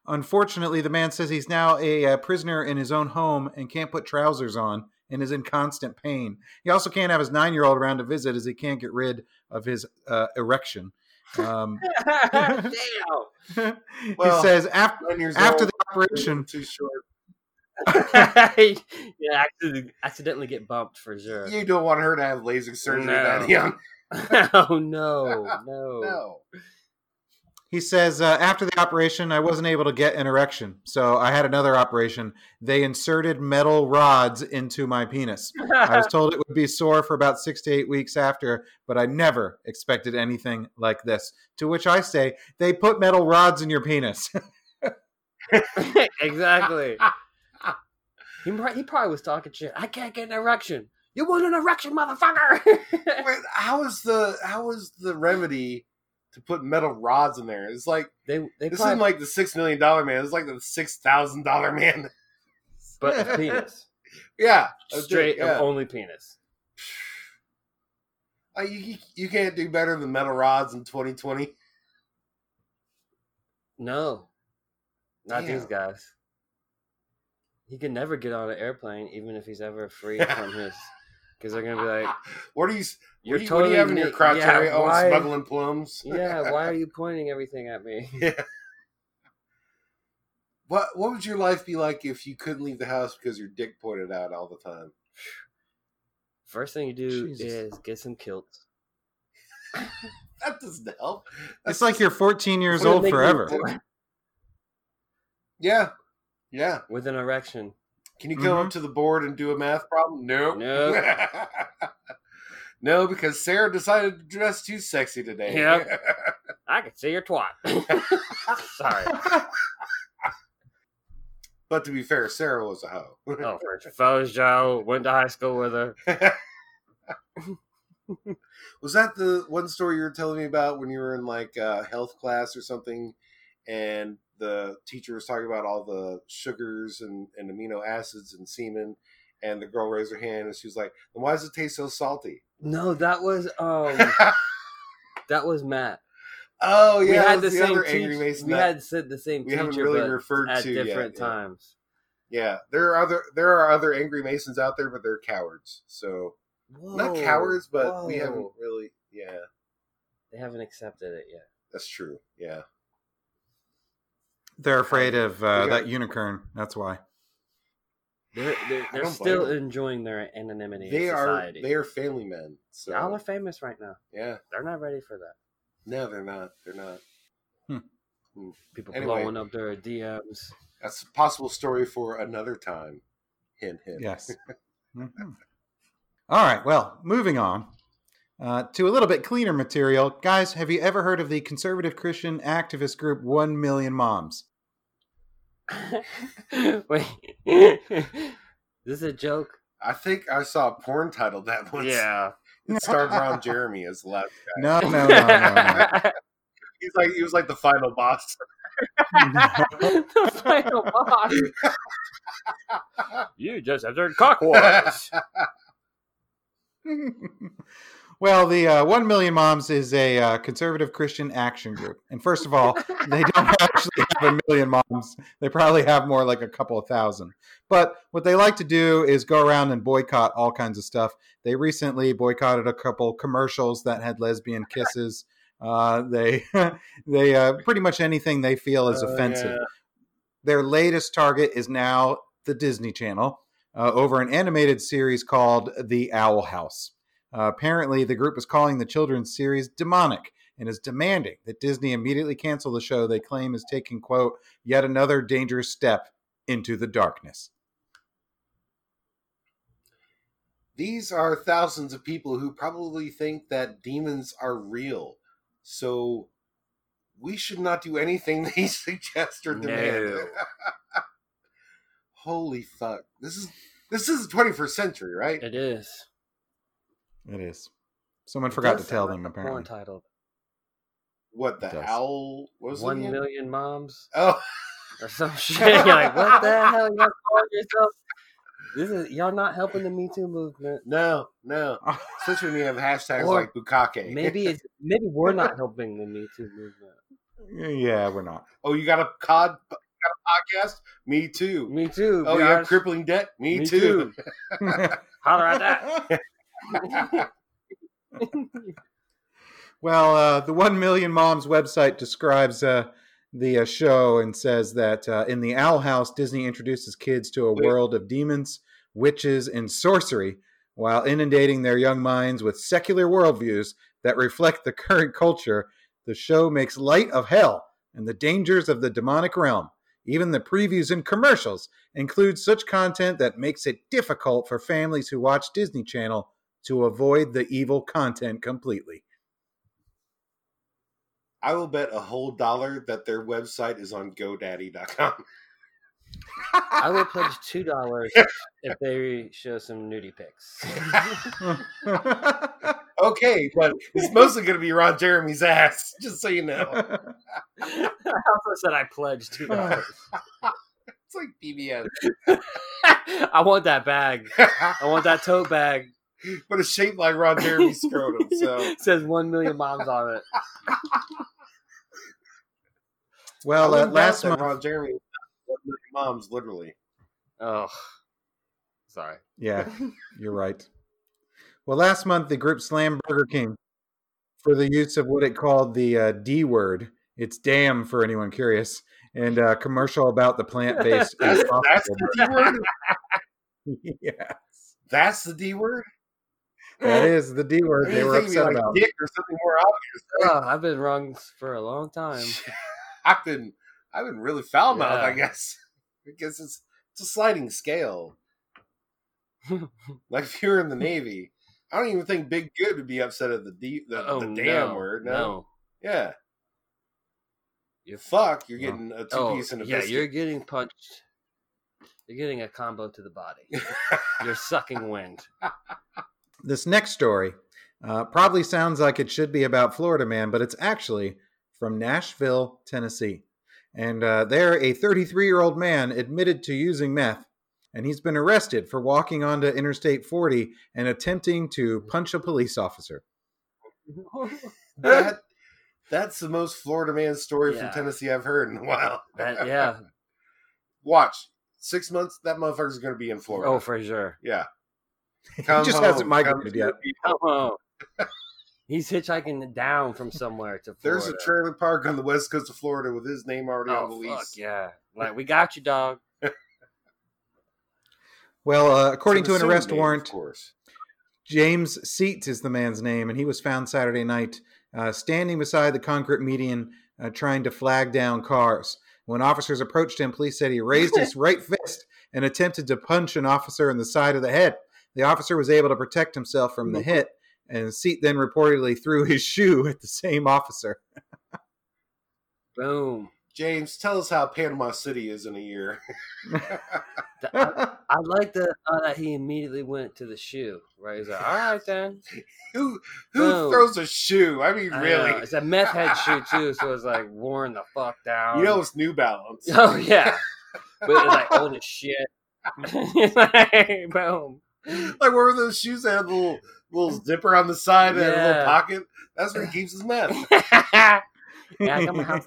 Speaker 2: Unfortunately, the man says he's now a uh, prisoner in his own home and can't put trousers on and is in constant pain. He also can't have his nine year old around to visit as he can't get rid of his uh, erection. Um,
Speaker 3: Damn.
Speaker 1: Well,
Speaker 2: he says, after,
Speaker 1: Nine years
Speaker 2: after
Speaker 1: old,
Speaker 2: the operation,
Speaker 1: too short.
Speaker 3: yeah, accidentally, accidentally get bumped for sure.
Speaker 1: You don't want her to have LASIK surgery
Speaker 3: No.
Speaker 1: that young.
Speaker 3: oh no, no.
Speaker 1: No.
Speaker 2: he says, uh, after the operation, I wasn't able to get an erection. So I had another operation. They inserted metal rods into my penis. I was told it would be sore for about six to eight weeks after, but I never expected anything like this. To which I say, they put metal rods in your penis.
Speaker 3: exactly. He, might- he probably was talking shit. I can't get an erection. You want an erection, motherfucker?
Speaker 1: Wait, how is the how is the remedy to put metal rods in there? It's like
Speaker 3: they they
Speaker 1: this
Speaker 3: probably
Speaker 1: isn't like the six million dollar man. It's like the six thousand dollar man.
Speaker 3: but a penis
Speaker 1: Yeah, a dick,
Speaker 3: straight
Speaker 1: Yeah.
Speaker 3: of only penis.
Speaker 1: Uh, you, you you can't do better than metal rods in 2020.
Speaker 3: No, not
Speaker 1: Damn.
Speaker 3: these guys. He can never get on an airplane, even if he's ever freed from his, because they're gonna be like,
Speaker 1: What are you? s-
Speaker 3: "You're
Speaker 1: what are you, what
Speaker 3: totally
Speaker 1: do you having your
Speaker 3: ne-
Speaker 1: crotch
Speaker 3: yeah,
Speaker 1: area? Oh,
Speaker 3: why-
Speaker 1: smuggling plumes.
Speaker 3: yeah, why are you pointing everything at me?
Speaker 1: What What would your life be like if you couldn't leave the house because your dick pointed out all the time?
Speaker 3: First thing you do
Speaker 2: Jesus.
Speaker 3: is get some kilts.
Speaker 1: That doesn't help.
Speaker 2: It's like you're 14 years
Speaker 3: Wouldn't
Speaker 2: old
Speaker 3: make me
Speaker 2: forever.
Speaker 3: bored.
Speaker 1: Yeah, yeah.
Speaker 3: with an erection.
Speaker 1: Can you come up to the board and do a math problem? No.
Speaker 3: Mm-hmm. Nope.
Speaker 1: no, because Sarah decided to dress too sexy today.
Speaker 3: Yep. I can see your twat. Sorry.
Speaker 1: but to be fair, Sarah was a hoe.
Speaker 3: Oh, Foes Joe went to high school with her.
Speaker 1: was that the one story you were telling me about when you were in like uh, health class or something and the teacher was talking about all the sugars and, and amino acids and semen and the girl raised her hand and she was like then why does it taste so salty
Speaker 3: No, that was um, that was Matt.
Speaker 1: oh yeah
Speaker 3: we
Speaker 1: that
Speaker 3: had the
Speaker 1: was
Speaker 3: same
Speaker 1: other angry
Speaker 3: teacher.
Speaker 1: Mason
Speaker 3: We
Speaker 1: that-
Speaker 3: had said the same
Speaker 1: we
Speaker 3: teacher,
Speaker 1: haven't really
Speaker 3: but
Speaker 1: referred
Speaker 3: at
Speaker 1: to yet,
Speaker 3: different
Speaker 1: yeah.
Speaker 3: times.
Speaker 1: yeah there are other there are other angry masons out there but they're cowards so not
Speaker 3: Whoa,
Speaker 1: cowards but we
Speaker 3: whoa.
Speaker 1: haven't really yeah
Speaker 3: They haven't accepted it yet.
Speaker 1: that's true yeah
Speaker 2: They're afraid of uh,
Speaker 1: We got-
Speaker 2: that unicorn. That's why.
Speaker 3: They're they're,
Speaker 1: I
Speaker 3: they're
Speaker 1: don't
Speaker 3: still
Speaker 1: blame 'em.
Speaker 3: enjoying their anonymity.
Speaker 1: they
Speaker 3: in
Speaker 1: are
Speaker 3: society.
Speaker 1: they are family men so
Speaker 3: Y'all are famous right now.
Speaker 1: yeah
Speaker 3: They're not ready for that.
Speaker 1: no they're not they're not
Speaker 3: People
Speaker 1: Anyway.
Speaker 3: blowing up their DMs.
Speaker 1: That's a possible story for another time. Hint, hint.
Speaker 2: Yes. Mhm. All right. Well, moving on uh, to a little bit cleaner material. Guys, have you ever heard of the conservative Christian activist group One Million Moms?
Speaker 3: Wait, is this a joke?
Speaker 1: I think I saw a porn titled that once. It starred Ron Jeremy as the last guy.
Speaker 2: No, no, no, no.
Speaker 1: He's like he was like the final boss.
Speaker 2: no.
Speaker 3: the final boss. You just entered cock wars.
Speaker 2: well, the uh, One Million Moms is a uh, conservative Christian action group. And first of all, they don't actually have a million moms. They probably have more like a couple of thousand. But what they like to do is go around and boycott all kinds of stuff. They recently boycotted a couple commercials that had lesbian kisses. Uh, they they uh, pretty much anything they feel is
Speaker 1: Oh,
Speaker 2: offensive.
Speaker 1: yeah.
Speaker 2: Their latest target is now the Disney Channel uh, over an animated series called The Owl House. Uh, apparently, the group is calling the children's series demonic and is demanding that Disney immediately cancel the show they claim is taking, quote, yet another dangerous step into the darkness.
Speaker 1: These are thousands of people who probably think that demons are real. So we should not do anything they suggest or demand.
Speaker 3: No.
Speaker 1: Holy fuck. This is this is the twenty first century, right?
Speaker 3: it is.
Speaker 2: It is. Someone
Speaker 3: It
Speaker 2: forgot
Speaker 3: does
Speaker 2: to tell
Speaker 3: sound
Speaker 2: them,
Speaker 3: like a
Speaker 2: apparently.
Speaker 3: Porn title.
Speaker 1: What the
Speaker 2: It does.
Speaker 1: owl what was it
Speaker 3: One
Speaker 1: again?
Speaker 3: million moms
Speaker 1: Oh
Speaker 3: or some shit. You're like, what the hell? Y'all calling yourself? This is y'all not helping the Me Too movement.
Speaker 1: no, no. Especially when you have hashtags
Speaker 3: Or
Speaker 1: like bukake.
Speaker 3: Maybe it's maybe we're not helping the Me Too movement.
Speaker 2: yeah, we're not.
Speaker 1: oh, you got a cod you got a podcast? Me too.
Speaker 3: Me too.
Speaker 1: oh,
Speaker 3: we
Speaker 1: you
Speaker 3: are-
Speaker 1: have crippling debt? Me,
Speaker 3: Me
Speaker 1: too.
Speaker 3: Holler at that.
Speaker 2: Well, uh, the One Million Moms website describes uh, the uh, show and says that uh, in the Owl House, Disney introduces kids to a
Speaker 1: Wait.
Speaker 2: world of demons, witches, and sorcery, while inundating their young minds with secular worldviews that reflect the current culture. The show makes light of hell and the dangers of the demonic realm. Even the previews and commercials include such content that makes it difficult for families who watch Disney Channel to avoid the evil content completely.
Speaker 1: I will bet a whole dollar that their website is on GoDaddy.com.
Speaker 3: I will pledge two dollars if they show some nudie pics.
Speaker 1: Okay, but it's mostly going to be Ron Jeremy's ass, just so you know.
Speaker 3: I also said I pledge two dollars.
Speaker 1: It's like BBM,
Speaker 3: I want that bag. I want that tote bag.
Speaker 1: but it's shaped like Ron Jeremy's scrotum. So
Speaker 3: says one million moms on it.
Speaker 2: well,
Speaker 1: I
Speaker 2: uh,
Speaker 1: wouldn't doubt
Speaker 2: last
Speaker 1: that
Speaker 2: month,
Speaker 1: Ron Jeremy, moms, literally.
Speaker 3: Oh, sorry.
Speaker 2: yeah, you're right. Well, last month the group slammed Burger King for the use of what it called the uh, D word. It's damn for anyone curious, and uh, commercial about the plant-based.
Speaker 1: That's,
Speaker 2: is
Speaker 1: that's
Speaker 2: possible.
Speaker 1: the D word.
Speaker 2: yeah,
Speaker 1: That's the D word.
Speaker 2: that is the D word they
Speaker 1: You
Speaker 2: were
Speaker 1: think it'd be
Speaker 2: upset
Speaker 1: like
Speaker 2: about.
Speaker 1: dick or something more obvious.
Speaker 3: Oh, I've been wrong for a long time.
Speaker 1: I've been I've been really foul mouthed, I
Speaker 3: Yeah.
Speaker 1: guess. I guess it's it's a sliding scale. like if you were in the Navy, I don't even think Big Good would be upset at the D, the,
Speaker 3: oh,
Speaker 1: the damn
Speaker 3: no,
Speaker 1: word. No.
Speaker 3: no.
Speaker 1: Yeah.
Speaker 3: You're
Speaker 1: Fuck, you're
Speaker 2: No.
Speaker 1: getting a two
Speaker 3: Oh,
Speaker 1: piece and a
Speaker 3: yeah,
Speaker 1: biscuit.
Speaker 3: you're getting punched. You're getting a combo to the body. You're sucking wind.
Speaker 2: This next story uh, probably sounds like it should be about Florida Man, but it's actually from Nashville, Tennessee. And uh, there, a 33 year old man admitted to using meth, and he's been arrested for walking onto Interstate 40 and attempting to punch a police officer.
Speaker 1: That that's the most Florida man story
Speaker 3: Yeah.
Speaker 1: from Tennessee I've heard in a while.
Speaker 3: That- yeah.
Speaker 1: Watch. Six months, that motherfucker's gonna be in Florida.
Speaker 3: Oh, for sure.
Speaker 1: yeah.
Speaker 2: he just hasn't migrated yet.
Speaker 3: Oh. He's hitchhiking down from somewhere to Florida.
Speaker 1: There's a trailer park on the west coast of Florida with his name already on the
Speaker 3: Oh, fuck
Speaker 1: lease.
Speaker 3: yeah. Like, we got you, dog.
Speaker 2: Well, uh, according
Speaker 1: It's
Speaker 2: to an
Speaker 1: assumed
Speaker 2: arrest
Speaker 1: name,
Speaker 2: warrant,
Speaker 1: Of course.
Speaker 2: James Seat is the man's name, and he was found Saturday night uh, standing beside the concrete median uh, trying to flag down cars. When officers approached him, police said he raised his right fist and attempted to punch an officer in the side of the head. The officer was able to protect himself from the hit, and Seat then reportedly threw his shoe at the same officer.
Speaker 3: Boom.
Speaker 1: James, tell us how Panama City is in a year.
Speaker 3: Th- I, I like the uh, that he immediately went to the shoe. Right? He's like, all right then.
Speaker 1: who who
Speaker 3: Boom.
Speaker 1: throws a shoe? I mean,
Speaker 3: I know.
Speaker 1: really?
Speaker 3: Uh, It's a meth head shoe too, so it's like worn the fuck down.
Speaker 1: you know, it's New Balance.
Speaker 3: Oh uh, yeah. But it's like old as shit. Like, boom.
Speaker 1: like, where were those shoes that had a little little zipper on the side and a
Speaker 3: Yeah.
Speaker 1: little pocket? That's where he keeps his meth.
Speaker 3: Yeah, I got my house-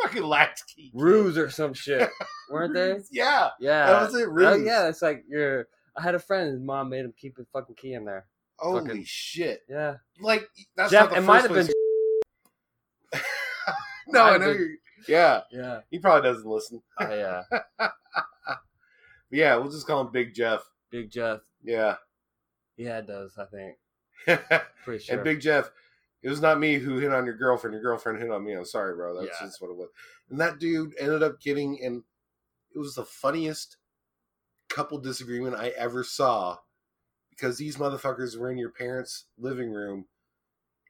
Speaker 1: Fucking laxkey.
Speaker 3: Ruse or some shit. Weren't they?
Speaker 1: Yeah,
Speaker 3: Yeah.
Speaker 1: that was it.
Speaker 3: Oh
Speaker 1: Really?
Speaker 3: yeah, it's like your I had a friend, his mom made him keep his fucking key in there.
Speaker 1: Holy
Speaker 3: Fucking-
Speaker 1: shit!
Speaker 3: Yeah.
Speaker 1: Like that's
Speaker 3: Jeff,
Speaker 1: not the
Speaker 3: it
Speaker 1: first
Speaker 3: might have
Speaker 1: place
Speaker 3: been
Speaker 1: we- No, I
Speaker 3: I've
Speaker 1: know.
Speaker 3: been-
Speaker 1: You're, yeah,
Speaker 3: Yeah.
Speaker 1: he probably doesn't listen.
Speaker 3: Oh yeah.
Speaker 1: But yeah, we'll just call him Big Jeff.
Speaker 3: Big Jeff.
Speaker 1: Yeah.
Speaker 3: Yeah, it does, I think. Pretty sure.
Speaker 1: And Big Jeff, it was not me who hit on your girlfriend. Your girlfriend hit on me. I'm sorry, bro. That's
Speaker 3: Yeah.
Speaker 1: just what it was. And that dude ended up getting, and it was the funniest couple disagreement I ever saw because these motherfuckers were in your parents' living room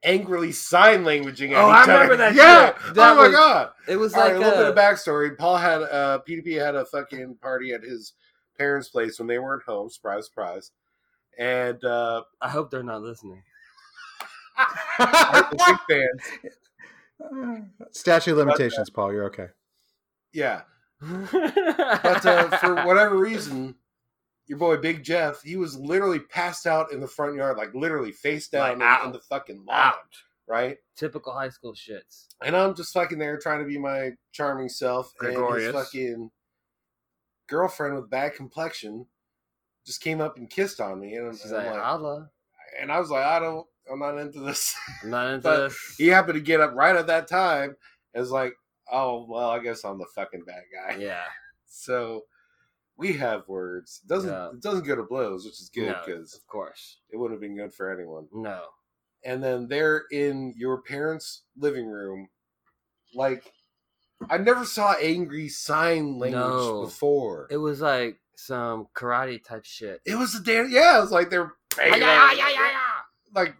Speaker 1: angrily sign languaging at
Speaker 3: Oh, I
Speaker 1: each other.
Speaker 3: remember that
Speaker 1: Yeah.
Speaker 3: shit. That
Speaker 1: oh my
Speaker 3: was-
Speaker 1: god.
Speaker 3: it was
Speaker 1: All right,
Speaker 3: like
Speaker 1: a little bit
Speaker 3: uh,
Speaker 1: of backstory. Paul had uh, PDP had a fucking party at his parents' place when they weren't home. Surprise, surprise. And uh,
Speaker 3: I hope they're not listening.
Speaker 1: I was a big fan.
Speaker 2: Statue of limitations, Paul. You're okay.
Speaker 1: Yeah,
Speaker 3: but
Speaker 1: but uh, for whatever reason, your boy Big Jeff, he was literally passed out in the front yard, like literally face down
Speaker 3: Like,
Speaker 1: in, in
Speaker 3: ow.
Speaker 1: the fucking lawn, right?
Speaker 3: typical high school shits.
Speaker 1: And I'm just fucking there trying to be my charming self,
Speaker 3: Gregorious.
Speaker 1: and his fucking girlfriend with bad complexion just came up and kissed on me, and, I'm-
Speaker 3: She's
Speaker 1: and I'm
Speaker 3: like,
Speaker 1: like,
Speaker 3: Allah,
Speaker 1: and I was like, I don't, I'm not into this.
Speaker 3: I'm not into
Speaker 1: But
Speaker 3: this.
Speaker 1: he happened to get up right at that time. and was like, oh well, I guess I'm the fucking bad guy.
Speaker 3: Yeah,
Speaker 1: So we have words. It doesn't
Speaker 3: Yeah.
Speaker 1: it doesn't go to blows, which is good
Speaker 3: No,
Speaker 1: because
Speaker 3: of course,
Speaker 1: it wouldn't have been good for anyone.
Speaker 3: no.
Speaker 1: And then they're in your parents' living room, like. I never saw angry sign language
Speaker 3: No.
Speaker 1: before.
Speaker 3: It was like some karate type shit.
Speaker 1: It was the damn yeah. It was like they're
Speaker 3: Yeah, yeah, yeah, yeah,
Speaker 1: like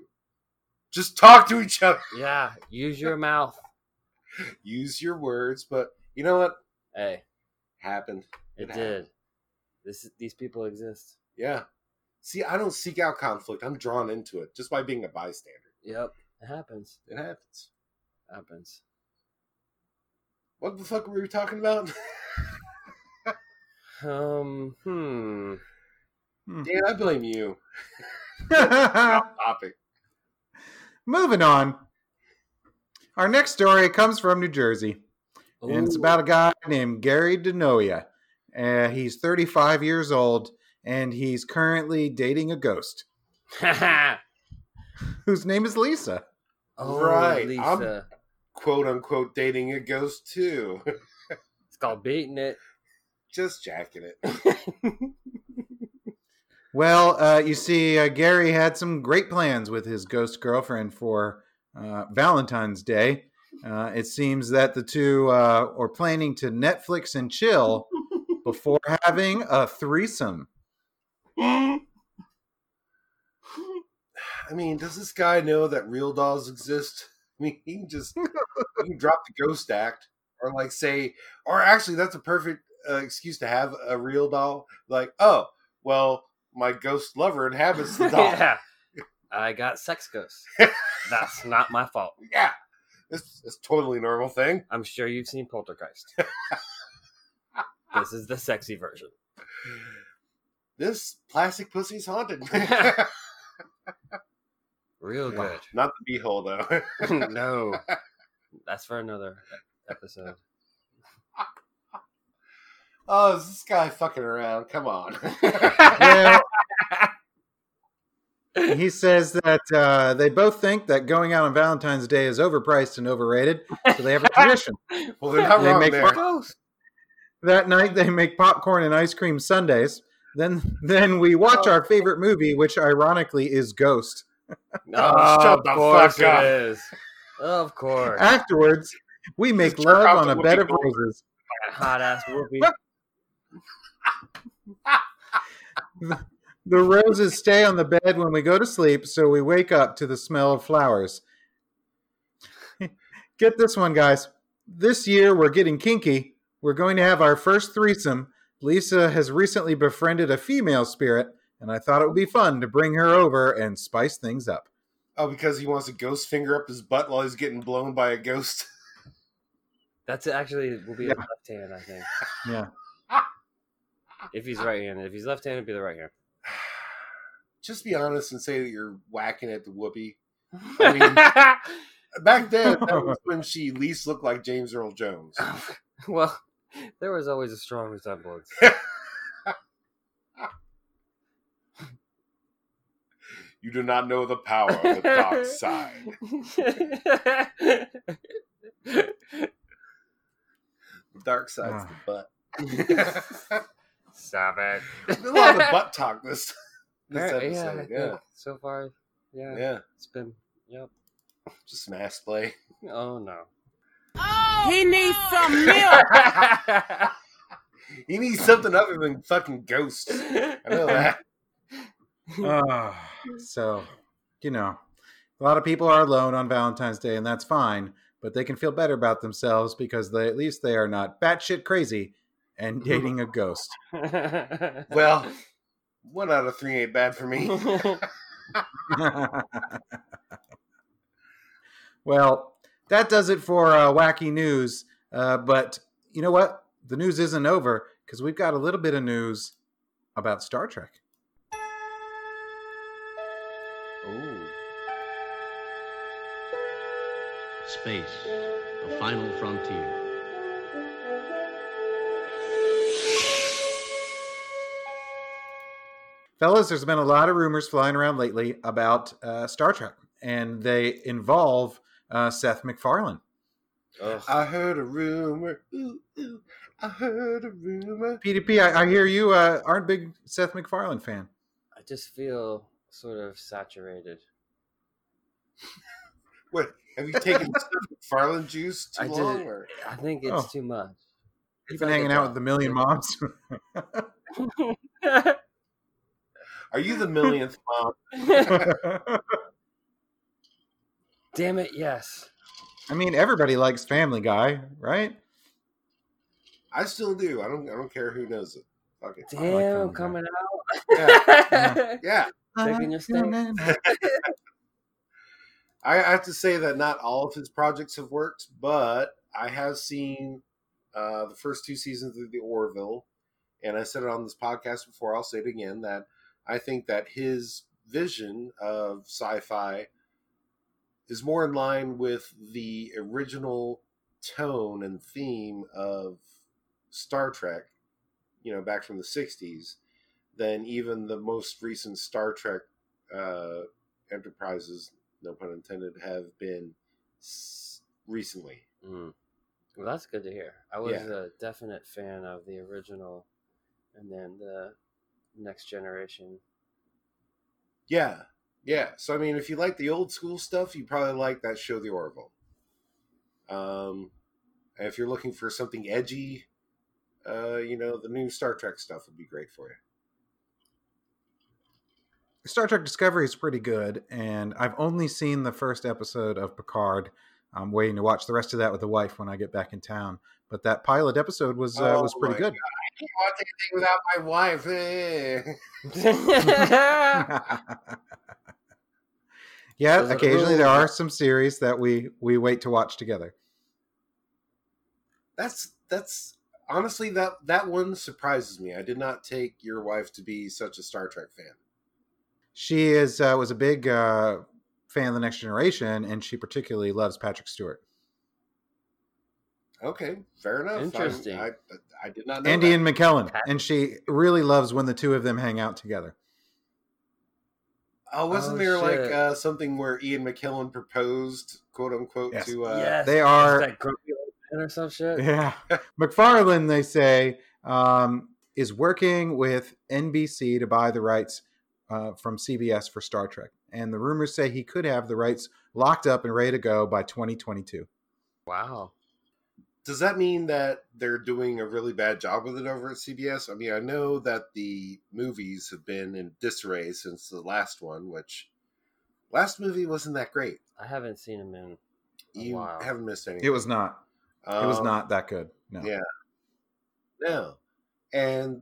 Speaker 1: just talk to each other.
Speaker 3: yeah. Use your mouth.
Speaker 1: use your words, but you know what?
Speaker 3: Hey,
Speaker 1: Happened.
Speaker 3: it
Speaker 1: It
Speaker 3: did. This these people exist.
Speaker 1: Yeah. See, I don't seek out conflict. I'm drawn into it just by being a bystander.
Speaker 3: Yep, it happens.
Speaker 1: It happens.
Speaker 3: happens.
Speaker 1: What the fuck were we talking about?
Speaker 3: Um, hmm.
Speaker 1: Dan, I blame you. Off topic.
Speaker 2: Moving on. Our next story comes from New Jersey, and it's
Speaker 3: Ooh.
Speaker 2: about a guy named Gary Denoya. Uh, he's 35 years old, and he's currently dating a ghost whose name is Lisa.
Speaker 3: oh,
Speaker 1: Right, I'm-
Speaker 3: Lisa.
Speaker 1: Quote unquote dating a ghost too.
Speaker 3: It's called beating it.
Speaker 1: just jacking it.
Speaker 2: Well, uh, you see, uh, Gary had some great plans with his ghost girlfriend for uh, Valentine's Day. Uh, it seems that the two uh, are planning to Netflix and chill before having a threesome.
Speaker 1: I mean, does this guy know that real dolls exist? I mean, he can just he can drop the ghost act, or like say, or actually, that's a perfect uh, excuse to have a real doll. Like, oh, well, my ghost lover inhabits the doll. yeah.
Speaker 3: yeah. I got sex ghosts. That's not my fault.
Speaker 1: It's, it's totally normal thing.
Speaker 3: I'm sure you've seen Poltergeist. this is the sexy version.
Speaker 1: This plastic pussy's haunted.
Speaker 3: Real
Speaker 2: Wow.
Speaker 3: good.
Speaker 1: Not the beehole though.
Speaker 3: no. That's for another episode.
Speaker 1: oh, is this guy fucking around? Come on.
Speaker 2: Well, he says that uh, they both think that going out on Valentine's Day is overpriced and overrated, so they have a tradition.
Speaker 1: well, they're not
Speaker 2: They
Speaker 1: wrong
Speaker 2: make
Speaker 1: there.
Speaker 3: Ghost.
Speaker 2: that night, they make popcorn and ice cream sundaes. Then, then we watch our favorite movie, which ironically is Ghost.
Speaker 1: Oh, shut the
Speaker 3: of course
Speaker 1: fuck up.
Speaker 3: it is. Of course.
Speaker 2: Afterwards, we make
Speaker 1: jerk
Speaker 2: love
Speaker 1: off
Speaker 2: on
Speaker 1: to
Speaker 2: a
Speaker 1: Whoopi
Speaker 2: bed of
Speaker 1: Goldberg.
Speaker 2: roses.
Speaker 3: Hot ass whoopee.
Speaker 2: The roses stay on the bed when we go to sleep, so we wake up to the smell of flowers. Get this one, guys. This year we're getting kinky. We're going to have our first threesome. Lisa has recently befriended a female spirit, and I thought it would be fun to bring her over and spice things up.
Speaker 1: Oh, because he wants a ghost finger up his butt while he's getting blown by a ghost.
Speaker 3: That's actually will be
Speaker 2: Yeah.
Speaker 3: his left hand, I think.
Speaker 2: Yeah.
Speaker 3: If he's right handed. If he's left handed, be the right hand.
Speaker 1: Just be honest and say that you're whacking at the whoopee. I Back then, that was when she least looked like James Earl Jones.
Speaker 3: well, there was always a strong resemblance.
Speaker 1: You do not know the power of the dark side. The dark side's the butt.
Speaker 3: Stop it.
Speaker 1: There's a lot of butt talk this, this
Speaker 3: Apparently, yeah,
Speaker 1: episode.
Speaker 3: I
Speaker 1: Yeah.
Speaker 3: think So far, yeah,
Speaker 1: Yeah.
Speaker 3: It's been. Yep.
Speaker 1: Just mass play.
Speaker 3: Oh no.
Speaker 5: He needs some milk.
Speaker 1: he needs something other than fucking ghosts. I know that.
Speaker 2: so, you know, a lot of people are alone on Valentine's Day, and that's fine. But they can feel better about themselves because they, at least they are not batshit crazy and dating a ghost.
Speaker 1: Well, one out of three ain't bad for me.
Speaker 2: well, that does it for uh, wacky news. Uh, but you know what? The news isn't over because we've got a little bit of news about Star Trek.
Speaker 3: Ooh.
Speaker 6: Space, the final frontier.
Speaker 2: Fellas, there's been a lot of rumors flying around lately about uh, Star Trek, and they involve uh, Seth MacFarlane.
Speaker 3: Ugh.
Speaker 1: I heard a rumor. Ooh, ooh. I heard a rumor.
Speaker 2: PDP, I, I hear you uh, aren't a big Seth MacFarlane fan.
Speaker 3: I just feel sort of saturated.
Speaker 1: What? Have you taken Farland juice too
Speaker 3: I did
Speaker 1: long?
Speaker 3: it.
Speaker 1: Or?
Speaker 3: I think it's
Speaker 2: Oh.
Speaker 3: too much.
Speaker 2: He's been hanging out with the Million Moms.
Speaker 1: Are you the millionth mom?
Speaker 3: Damn it! Yes.
Speaker 2: I mean, everybody likes Family Guy, right?
Speaker 1: I still do. I don't. I don't care who knows it. Fuck it.
Speaker 3: Damn,
Speaker 2: Family
Speaker 3: coming
Speaker 1: Yeah,
Speaker 5: yeah.
Speaker 1: yeah.
Speaker 3: Taking your stand.
Speaker 1: I I have to say that not all of his projects have worked, but I have seen uh, the first two seasons of The Orville, and I said it on this podcast before. I'll say it again that I think that his vision of sci-fi is more in line with the original tone and theme of Star Trek, you know, back from the '60s, than even the most recent Star Trek uh, enterprises no pun intended, have been s- recently.
Speaker 3: Mm. Well, that's good to hear. I was
Speaker 1: Yeah.
Speaker 3: a definite fan of the original, and then the next generation.
Speaker 1: Yeah, yeah. So I mean, if you like the old school stuff, you probably like that show, The Orville. Um, and if you're looking for something edgy, uh, you know, the new Star Trek stuff would be great for you.
Speaker 2: Star Trek Discovery is pretty good, and I've only seen the first episode of Picard. I'm waiting to watch the rest of that with the wife when I get back in town. But that pilot episode was uh,
Speaker 1: Oh
Speaker 2: was pretty
Speaker 1: my
Speaker 2: good.
Speaker 1: I can't watch anything without my wife. eh.
Speaker 3: yeah,
Speaker 2: yeah,
Speaker 3: Those are
Speaker 2: occasionally there
Speaker 3: rules.
Speaker 2: are some series that we we wait to watch together.
Speaker 1: That's that's honestly that that one surprises me. I did not take your wife to be such a Star Trek fan.
Speaker 2: She is uh, was a big uh, fan of the Next Generation, and she particularly loves Patrick Stewart
Speaker 1: Okay, fair enough. I-
Speaker 3: Interesting.
Speaker 1: I, I, did not know
Speaker 2: and
Speaker 1: that.
Speaker 2: Ian McKellen,
Speaker 3: Pat-
Speaker 2: and she really loves when the two of them hang out together.
Speaker 1: Oh, wasn't
Speaker 3: Oh,
Speaker 1: there like
Speaker 3: shit.
Speaker 1: uh, something where Ian McKellen proposed, quote unquote,
Speaker 2: Yes.
Speaker 1: to? Uh,
Speaker 2: They are
Speaker 3: that grumpy old man or some shit.
Speaker 2: Yeah. McFarlane, they say, um, is working with NBC to buy the rights uh, from CBS for Star Trek. And the rumors say he could have the rights locked up and ready to go by 2022.
Speaker 3: Wow.
Speaker 1: Does that mean that they're doing a really bad job with it over at CBS? I mean, I know that the movies have been in disarray since the last one, which last movie wasn't that great.
Speaker 3: I haven't seen him in. oh,
Speaker 1: You
Speaker 3: Wow.
Speaker 1: haven't missed anything.
Speaker 2: It was not. It was
Speaker 1: Um,
Speaker 2: not that good. No.
Speaker 1: yeah. No, and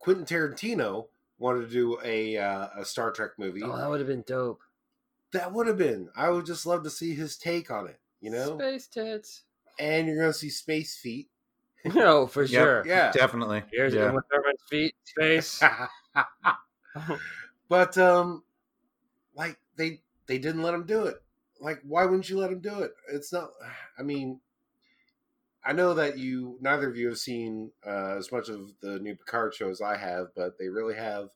Speaker 1: Quentin Tarantino wanted to do a uh, a Star Trek movie.
Speaker 3: Oh, that would have been dope.
Speaker 1: that would have been. I would just love to see his take on it. You know,
Speaker 3: space tits.
Speaker 1: and you're gonna see space feet.
Speaker 3: No, for
Speaker 2: Yep.
Speaker 3: sure.
Speaker 1: Yeah.
Speaker 2: Definitely.
Speaker 3: Here's
Speaker 2: yeah.
Speaker 3: Uma Thurman's feet, space.
Speaker 1: but um like they they didn't let him do it like why wouldn't you let him do it it's not i mean i know that you neither of you have seen uh, as much of the new picard show as i have but they really have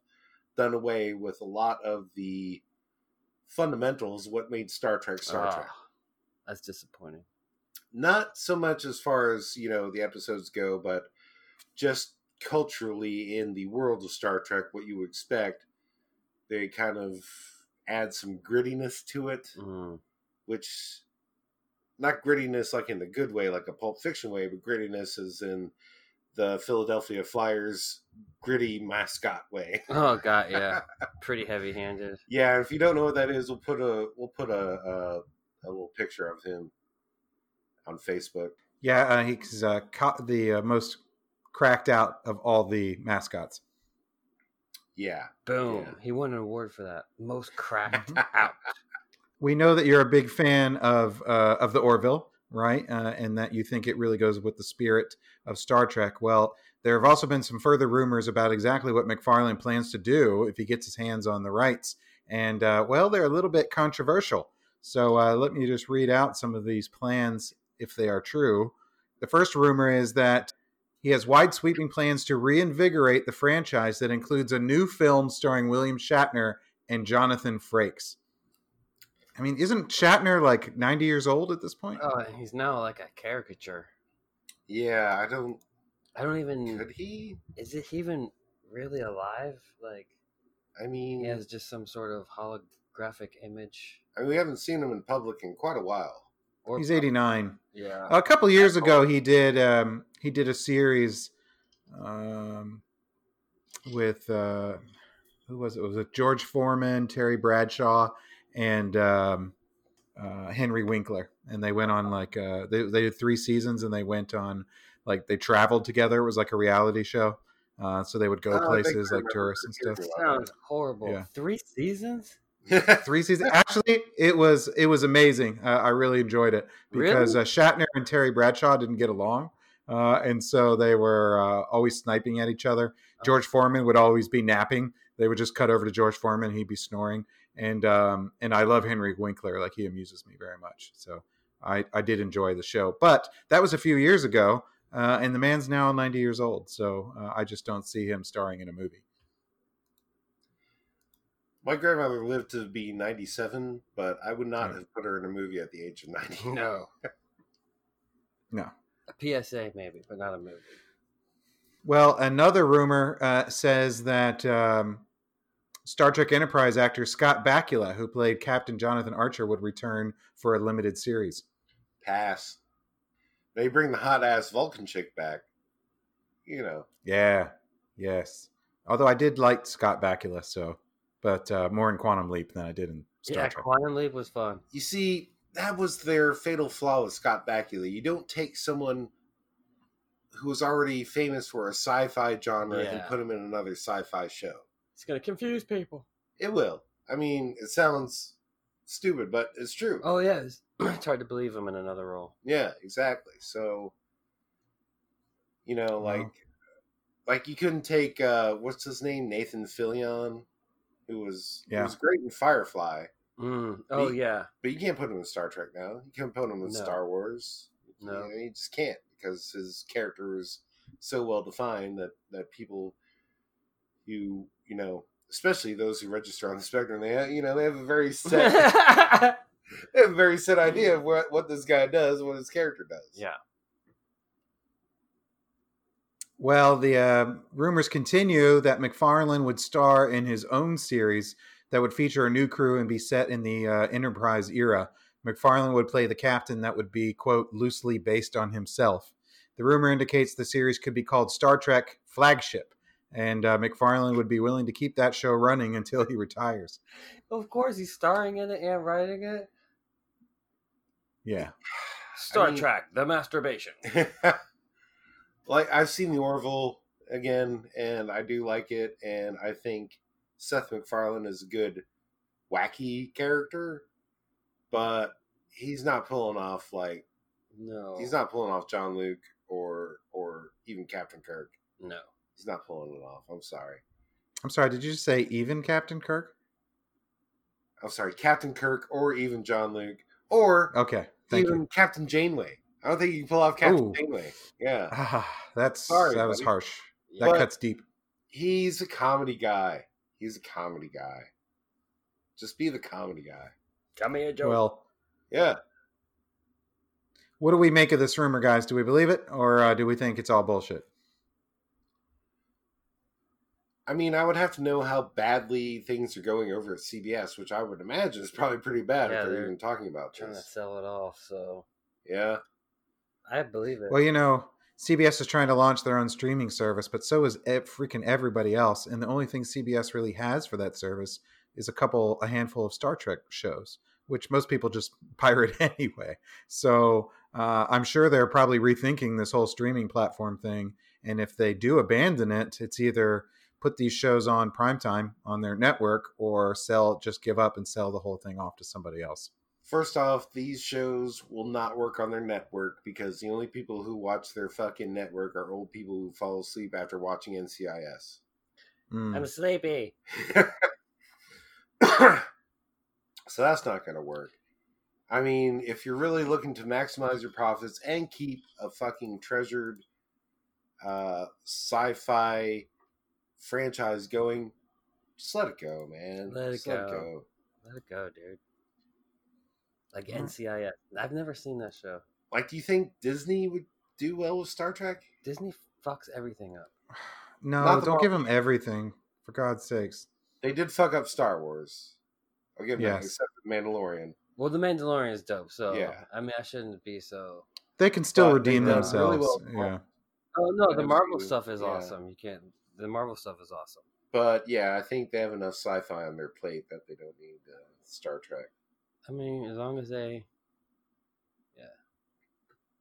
Speaker 1: done away with a lot of the fundamentals of what made star trek star
Speaker 3: Ah,
Speaker 1: trek
Speaker 3: That's disappointing.
Speaker 1: not so much as far as you know the episodes go but just culturally in the world of star trek what you would expect they kind of add some grittiness to it
Speaker 3: Mm.
Speaker 1: which not grittiness like in the good way like a pulp fiction way but grittiness is in the philadelphia flyers gritty mascot way
Speaker 3: Oh god, yeah. Pretty heavy-handed.
Speaker 1: yeah if you don't know what that is we'll put a we'll put a a, a little picture of him on facebook
Speaker 2: Yeah. Uh, he's uh, co- the uh, most cracked out of all the mascots.
Speaker 1: yeah
Speaker 3: Boom.
Speaker 1: Yeah.
Speaker 3: He won an award for that. Most cracked
Speaker 2: Mhm.
Speaker 3: out.
Speaker 2: We know that you're a big fan of uh, of the Orville, right? Uh, and that you think it really goes with the spirit of Star Trek. Well, there have also been some further rumors about exactly what McFarlane plans to do if he gets his hands on the rights, and uh, well, they're a little bit controversial. So uh, let me just read out some of these plans if they are true. The first rumor is that he has wide sweeping plans to reinvigorate the franchise that includes a new film starring William Shatner and Jonathan Frakes. I mean, isn't Shatner like 90 years old at this point?
Speaker 3: Oh, he's now like a caricature.
Speaker 1: yeah i don't
Speaker 3: I don't even
Speaker 1: could he
Speaker 3: is it even really alive? Like
Speaker 1: i mean
Speaker 3: he has just some sort of holographic image.
Speaker 1: I mean, we haven't seen him in public in quite a while
Speaker 3: Or
Speaker 2: He's 89.
Speaker 3: Yeah.
Speaker 2: A couple years ago, he did um, he did a series um, with uh, who was it? It was with George Foreman, Terry Bradshaw, and um, uh, Henry Winkler, and they went on like uh, they they did three seasons, and they went on like they traveled together. It was like a reality show. Uh, so they would go
Speaker 1: Oh, I think
Speaker 2: places
Speaker 1: I
Speaker 2: like
Speaker 1: remember
Speaker 2: tourists and
Speaker 1: hearing
Speaker 2: stuff.
Speaker 1: about
Speaker 3: Sounds horrible.
Speaker 2: Yeah.
Speaker 3: Three seasons?
Speaker 2: Three seasons. Actually, it was it was amazing. Uh, I really enjoyed it because uh, Shatner and Terry Bradshaw didn't get along, uh, and so they were uh, always sniping at each other. George Foreman would always be napping. They would just cut over to George Foreman. He'd be snoring, and um, and I love Henry Winkler. Like he amuses me very much. So I I did enjoy the show, but that was a few years ago, uh, and the man's now ninety years old. So uh, I just don't see him starring in a movie.
Speaker 1: My grandmother lived to be 97, but I would not
Speaker 2: Mm.
Speaker 1: have put her in a movie at the age of 90.
Speaker 3: No.
Speaker 2: No.
Speaker 3: A PSA maybe, but not a movie.
Speaker 2: Well, another rumor uh, says that um, Star Trek Enterprise actor Scott Bakula, who played Captain Jonathan Archer, would return for a limited series.
Speaker 1: Pass. They bring the hot ass Vulcan chick back. You know,
Speaker 2: Yeah, yes. Although I did like Scott Bakula, so but uh, more in Quantum Leap than I did in Star
Speaker 3: yeah,
Speaker 2: Trek.
Speaker 3: Quantum Leap was fun.
Speaker 1: you see, that was their fatal flaw with Scott Bakula. You don't take someone who was already famous for a sci fi genre and
Speaker 3: Yeah.
Speaker 1: put him in another sci fi show.
Speaker 3: It's gonna confuse people.
Speaker 1: It will. I mean, it sounds stupid, but it's true.
Speaker 3: Oh yeah, it's, it's hard to believe him in another role.
Speaker 1: Yeah, exactly. So, you know, like, like you couldn't take uh what's his name, Nathan Fillion, who was who
Speaker 2: Yeah.
Speaker 1: was great in Firefly,
Speaker 3: Mm. Oh
Speaker 1: Me-
Speaker 3: yeah.
Speaker 1: but you can't put him in Star Trek now. You can't put him in
Speaker 3: No.
Speaker 1: Star Wars.
Speaker 3: No.
Speaker 1: you, know, you just can't because his character was so well defined that that people, you you know, especially those who register on the spectrum, they you know they have a very set they have a very set idea of what what this guy does, what his character does.
Speaker 3: yeah.
Speaker 2: Well, the uh, rumors continue that McFarlane would star in his own series that would feature a new crew and be set in the uh, Enterprise era. McFarlane would play the captain that would be, quote, loosely based on himself. The rumor indicates the series could be called Star Trek Flagship, and uh, McFarlane would be willing to keep that show running until he retires.
Speaker 3: Of course, he's starring in it and writing it.
Speaker 2: Yeah.
Speaker 3: Star
Speaker 1: mean-
Speaker 3: Trek: The Masturbation.
Speaker 1: like I've seen the Orville again, and I do like it, and I think Seth MacFarlane is a good wacky character, but he's not pulling off like
Speaker 3: No,
Speaker 1: he's not pulling off John Luke or or even Captain Kirk.
Speaker 3: No,
Speaker 1: He's not pulling it off. I'm sorry.
Speaker 2: I'm sorry, did you just say even Captain Kirk?
Speaker 1: I'm sorry, Captain Kirk or even John Luke or
Speaker 2: Okay. Oh, Thank
Speaker 1: even
Speaker 2: you.
Speaker 1: Captain Janeway. I don't think you can pull off Captain
Speaker 2: Ooh.
Speaker 1: Janeway. Yeah.
Speaker 2: Ah, that's
Speaker 1: Sorry,
Speaker 2: that was
Speaker 1: buddy.
Speaker 2: harsh. That
Speaker 1: But-
Speaker 2: cuts deep.
Speaker 1: he's a comedy guy. He's a comedy guy. Just be the comedy guy.
Speaker 3: tell me a joke.
Speaker 2: Well,
Speaker 1: Yeah.
Speaker 2: What do we make of this rumor, guys? Do we believe it, or uh, do we think it's all bullshit?
Speaker 1: I mean, I would have to know how badly things are going over at CBS, which I would imagine is probably pretty bad
Speaker 3: Yeah,
Speaker 1: if they're
Speaker 3: they're
Speaker 1: even talking about
Speaker 3: trying to
Speaker 1: this.
Speaker 3: sell it off, so
Speaker 1: Yeah.
Speaker 3: I believe it.
Speaker 2: Well, you know, CBS is trying to launch their own streaming service, but so is ev- freaking everybody else. And the only thing CBS really has for that service is a couple, a handful of Star Trek shows, which most people just pirate anyway. So uh, I'm sure they're probably rethinking this whole streaming platform thing. And if they do abandon it, it's either put these shows on primetime on their network or sell, just give up and sell the whole thing off to somebody else.
Speaker 1: First off, these shows will not work on their network because the only people who watch their fucking network are old people who fall asleep after watching NCIS.
Speaker 2: Mm.
Speaker 3: I'm sleepy.
Speaker 1: so that's not going to work. I mean, if you're really looking to maximize your profits and keep a fucking treasured uh, sci-fi franchise going, just let it go, man.
Speaker 3: Let it
Speaker 1: just
Speaker 3: go. Let it go, dude. Like
Speaker 2: Mm.
Speaker 3: NCIS. I've never seen that show.
Speaker 1: Like, do you think Disney would do well with Star Trek?
Speaker 3: Disney fucks everything up.
Speaker 2: No,
Speaker 1: Not the
Speaker 2: don't give him everything, for God's sakes.
Speaker 1: They did fuck up Star Wars. I'll give them that,
Speaker 2: Yes.
Speaker 1: except for Mandalorian.
Speaker 3: Well, The Mandalorian is dope, so
Speaker 1: Yeah.
Speaker 3: I mean, I shouldn't be so.
Speaker 2: They can still
Speaker 1: But they
Speaker 2: redeem
Speaker 1: done really
Speaker 2: themselves.
Speaker 1: well.
Speaker 2: yeah.
Speaker 3: Oh no, the
Speaker 1: Yeah,
Speaker 3: Marvel
Speaker 1: dude.
Speaker 3: stuff is
Speaker 1: Yeah.
Speaker 3: awesome. You can't. The Marvel stuff is awesome.
Speaker 1: But yeah, I think they have enough sci-fi on their plate that they don't need uh, Star Trek.
Speaker 3: I mean, as long as they, yeah,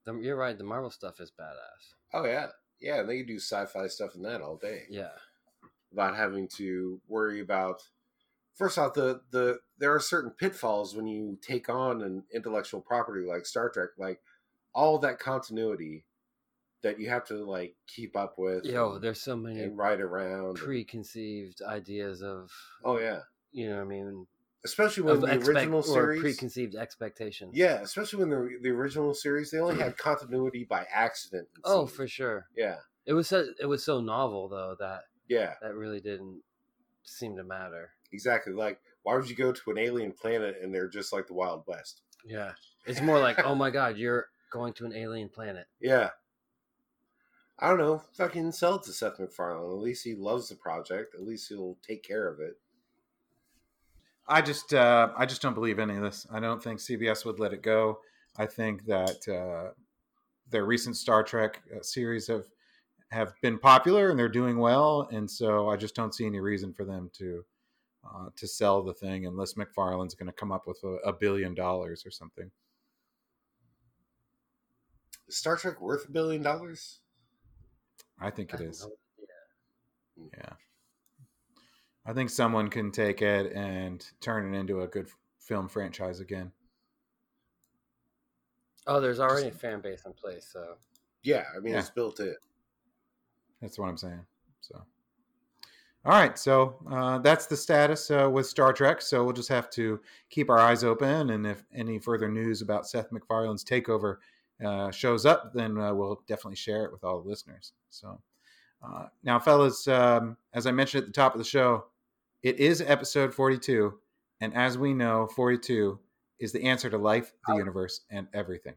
Speaker 3: the, you're right. The Marvel stuff is badass.
Speaker 1: Oh yeah, yeah. They could do sci-fi stuff in that all day
Speaker 3: Yeah.
Speaker 1: without having to worry about. First off, the the there are certain pitfalls when you take on an intellectual property like Star Trek, like all that continuity that you have to like keep up with.
Speaker 3: Yo,
Speaker 1: and-
Speaker 3: there's so many
Speaker 1: and ride around. and-
Speaker 3: preconceived ideas of,
Speaker 1: oh yeah,
Speaker 3: you know, what I mean,
Speaker 1: especially when
Speaker 3: of
Speaker 1: the
Speaker 3: expect-
Speaker 1: original
Speaker 3: or
Speaker 1: series.
Speaker 3: preconceived expectations.
Speaker 1: yeah, especially when the the original series, they only had continuity by accident. it
Speaker 3: Oh,
Speaker 1: seemed.
Speaker 3: for sure.
Speaker 1: Yeah,
Speaker 3: It was so, it was so novel though that
Speaker 1: yeah.
Speaker 3: that really didn't seem to matter.
Speaker 1: Exactly. Like, why would you go to an alien planet and they're just like the Wild West?
Speaker 3: Yeah. It's more like, oh my god, you're going to an alien planet.
Speaker 1: Yeah. I don't know. Fucking sell it to Seth MacFarlane. At least he loves the project. At least he'll take care of it.
Speaker 2: I just uh, I just don't believe any of this. I don't think CBS would let it go. I think that uh, their recent Star Trek uh, series have have been popular and they're doing well, and so I just don't see any reason for them to uh, to sell the thing unless McFarlane's going to come up with a, a billion dollars or something.
Speaker 1: Is Star Trek worth a billion dollars?
Speaker 2: I think it
Speaker 3: I
Speaker 2: is.
Speaker 3: don't
Speaker 2: Yeah, I think someone can take it and turn it into a good f- film franchise again.
Speaker 3: Oh, there's already a fan base in place, so
Speaker 1: Yeah. I mean,
Speaker 2: Yeah.
Speaker 1: it's built in.
Speaker 2: That's what I'm saying. So, all right. So uh, that's the status uh, with Star Trek. So we'll just have to keep our eyes open, and if any further news about Seth MacFarlane's takeover uh, shows up, then uh, we'll definitely share it with all the listeners. So, uh, now, fellas, um, as I mentioned at the top of the show, it is episode 42, and as we know, 42 is the answer to life, the universe, and everything.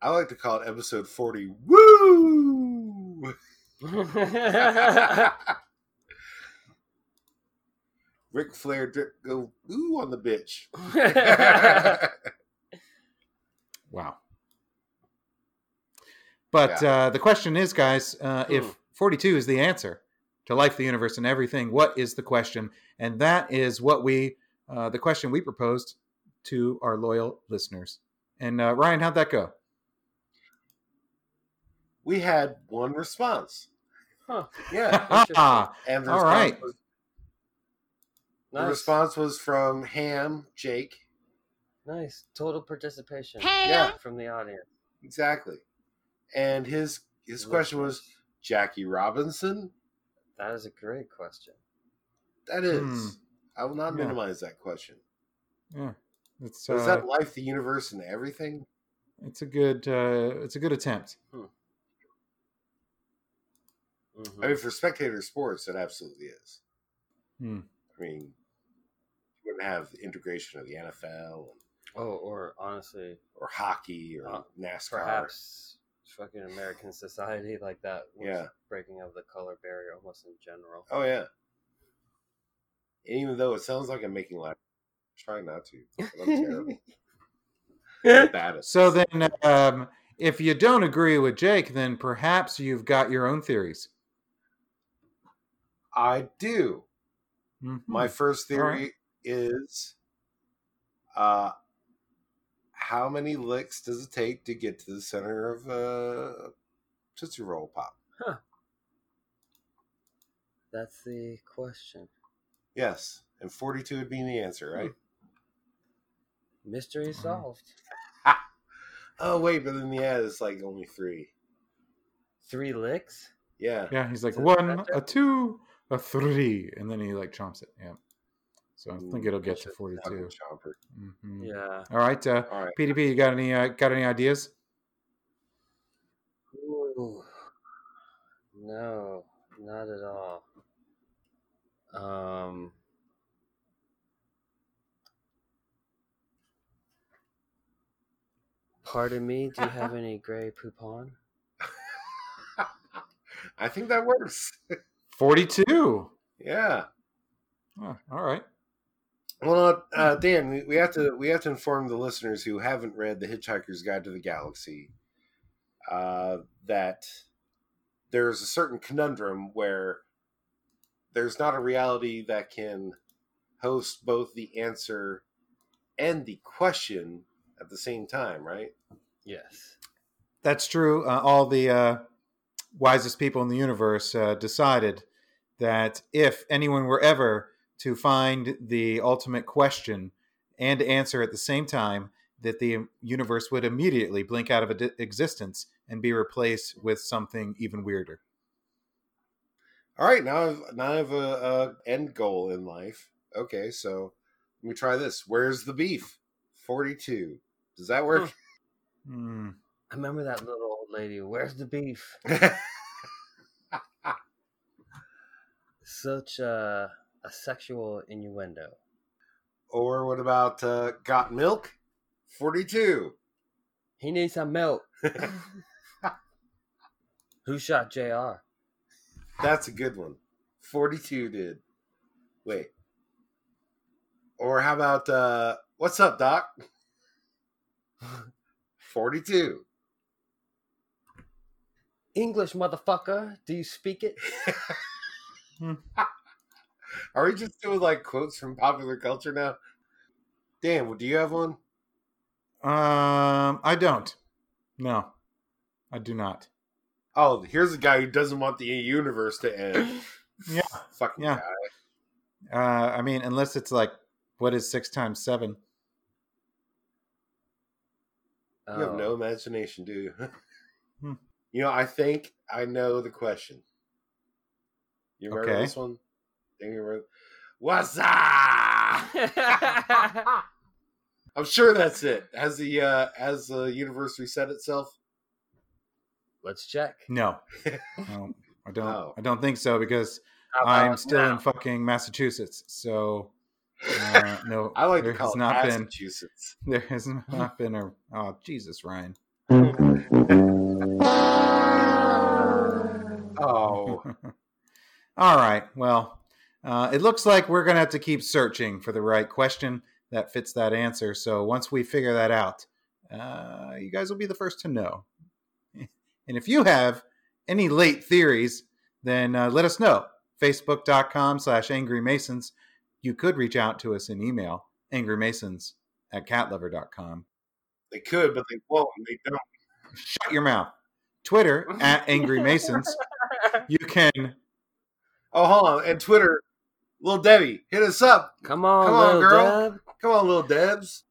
Speaker 1: I like to call it episode 40. Woo! Ric Flair drip go ooh on the bitch.
Speaker 2: Wow. But uh, the question is, guys,
Speaker 1: Hmm.
Speaker 2: uh, if 42 is the answer to life, the universe, and everything, what is the question? And that is what we, uh, the question we proposed to our loyal listeners. And uh, Ryan, how'd that go?
Speaker 1: we had one response.
Speaker 3: Huh.
Speaker 1: Yeah.
Speaker 2: Ah,
Speaker 1: And the
Speaker 2: All
Speaker 1: response
Speaker 2: right.
Speaker 1: was The
Speaker 3: nice,
Speaker 1: response was from Ham, Jake.
Speaker 3: nice, total participation
Speaker 1: Yeah.
Speaker 3: from the audience.
Speaker 1: Exactly. And his his question was Jackie Robinson?
Speaker 3: That is a great question.
Speaker 1: That is.
Speaker 2: Hmm.
Speaker 1: I will not
Speaker 2: Yeah.
Speaker 1: minimize that question.
Speaker 2: yeah, it's
Speaker 1: So
Speaker 2: uh,
Speaker 1: is that life, the universe, and everything?
Speaker 2: it's a good uh, it's a good attempt.
Speaker 3: Mm-hmm.
Speaker 1: I mean, for spectator sports, it absolutely is.
Speaker 2: Hmm.
Speaker 1: I mean, you wouldn't have the integration of the NFL
Speaker 3: Oh, or honestly,
Speaker 1: or hockey or
Speaker 3: Uh,
Speaker 1: NASCAR.
Speaker 3: perhaps fucking American society like that. was
Speaker 1: Yeah.
Speaker 3: breaking of the color barrier almost in general.
Speaker 1: Oh, yeah. And even though it sounds like I'm making life, try not to. but I'm terrible. I'm bad at
Speaker 2: So then, um, if you don't agree with Jake, then perhaps you've got your own theories.
Speaker 1: I do.
Speaker 2: Mhm.
Speaker 1: My first
Speaker 2: All
Speaker 1: theory
Speaker 2: right.
Speaker 1: is uh how many licks does it take to get to the center of uh Tootsie Roll Pop?
Speaker 3: That's the question.
Speaker 1: Yes. And 42 would be the answer, right?
Speaker 2: Hmm.
Speaker 3: Mystery
Speaker 1: Mm-hmm.
Speaker 2: Mhm.
Speaker 3: solved.
Speaker 1: Oh wait, but then yeah, it's like only three.
Speaker 3: Three licks.
Speaker 1: Yeah.
Speaker 2: Yeah, he's like
Speaker 3: Is it
Speaker 2: one,
Speaker 3: better?
Speaker 2: a two, a three, and then he like chomps it. Yeah. So I think
Speaker 1: Mm,
Speaker 2: it'll get to
Speaker 3: that's
Speaker 2: forty-two.
Speaker 1: Fucking Chomper. Mm-hmm.
Speaker 2: Mhm.
Speaker 3: Yeah.
Speaker 2: All right, uh,
Speaker 1: All right.
Speaker 2: PDP, you got any uh, got any ideas?
Speaker 3: Ooh. No, not at all. Um. Pardon me. Do you have any gray poupon?
Speaker 1: I think that works.
Speaker 2: Forty-two.
Speaker 1: Yeah.
Speaker 2: Oh, all right.
Speaker 1: Well, uh, Dan, we- we have to we have to inform the listeners who haven't read the Hitchhiker's Guide to the Galaxy uh, that there's a certain conundrum where there's not a reality that can host both the answer and the question at the same time, right?
Speaker 3: Yes.
Speaker 2: That's true. Uh, all the uh, wisest people in the universe uh, decided that if anyone were ever to find the ultimate question and answer at the same time, that the universe would immediately blink out of e- existence and be replaced with something even weirder.
Speaker 1: All right, now I've now I have a, a end goal in life. Okay, so let me try this. Where's the beef? Forty two. Does that work?
Speaker 2: Hmm.
Speaker 3: I remember that little old lady. Where's the beef? Such a, a sexual innuendo.
Speaker 1: or what about uh, got milk? Forty two.
Speaker 3: He needs some milk. Who shot JR?
Speaker 1: That's a good one. Forty two did. Wait. Or how about uh, what's up, Doc? Forty two.
Speaker 3: English motherfucker, do you speak it?
Speaker 1: Are we just doing like quotes from popular culture now? Dan, well, do you have one?
Speaker 2: Um, I don't. No, I do not.
Speaker 1: Oh, here's a guy who doesn't want the universe to end.
Speaker 2: Yeah,
Speaker 1: Fucking
Speaker 2: yeah.
Speaker 1: guy.
Speaker 2: Uh, I mean, unless it's like, what is six times seven?
Speaker 1: You have
Speaker 3: Oh,
Speaker 1: no imagination, do you?
Speaker 2: Hmm.
Speaker 1: You know, I think I know the question. You remember
Speaker 2: Okay.
Speaker 1: this one? Think you remember- What's up?
Speaker 3: Oh.
Speaker 1: I'm sure that's it. Has the uh has the universe reset itself?
Speaker 3: Let's check.
Speaker 2: No, no I don't.
Speaker 1: Oh.
Speaker 2: I don't think so because
Speaker 1: Uh,
Speaker 3: How about
Speaker 2: I'm still
Speaker 3: now?
Speaker 2: in fucking Massachusetts. So uh, no,
Speaker 1: I like
Speaker 2: there
Speaker 1: to call
Speaker 2: has
Speaker 1: it
Speaker 2: not been.
Speaker 1: Massachusetts.
Speaker 2: There has not been a. Oh Jesus, Ryan.
Speaker 1: Oh,
Speaker 2: All right. Well, uh, it looks like we're going to have to keep searching for the right question that fits that answer. So once we figure that out, uh, you guys will be the first to know. And if you have any late theories, then uh, let us know. Facebook.com slash Angry Masons. You could reach out to us in email, angrymasons at catlover.com.
Speaker 1: they could, but they won't. and They don't.
Speaker 2: Shut your mouth. Twitter at Angry Masons. You can
Speaker 1: Oh, hold on. And Twitter, little Debbie, hit us up.
Speaker 3: Come on,
Speaker 1: Come on,
Speaker 3: little
Speaker 1: girl.
Speaker 3: Deb.
Speaker 1: Come on, little Debs.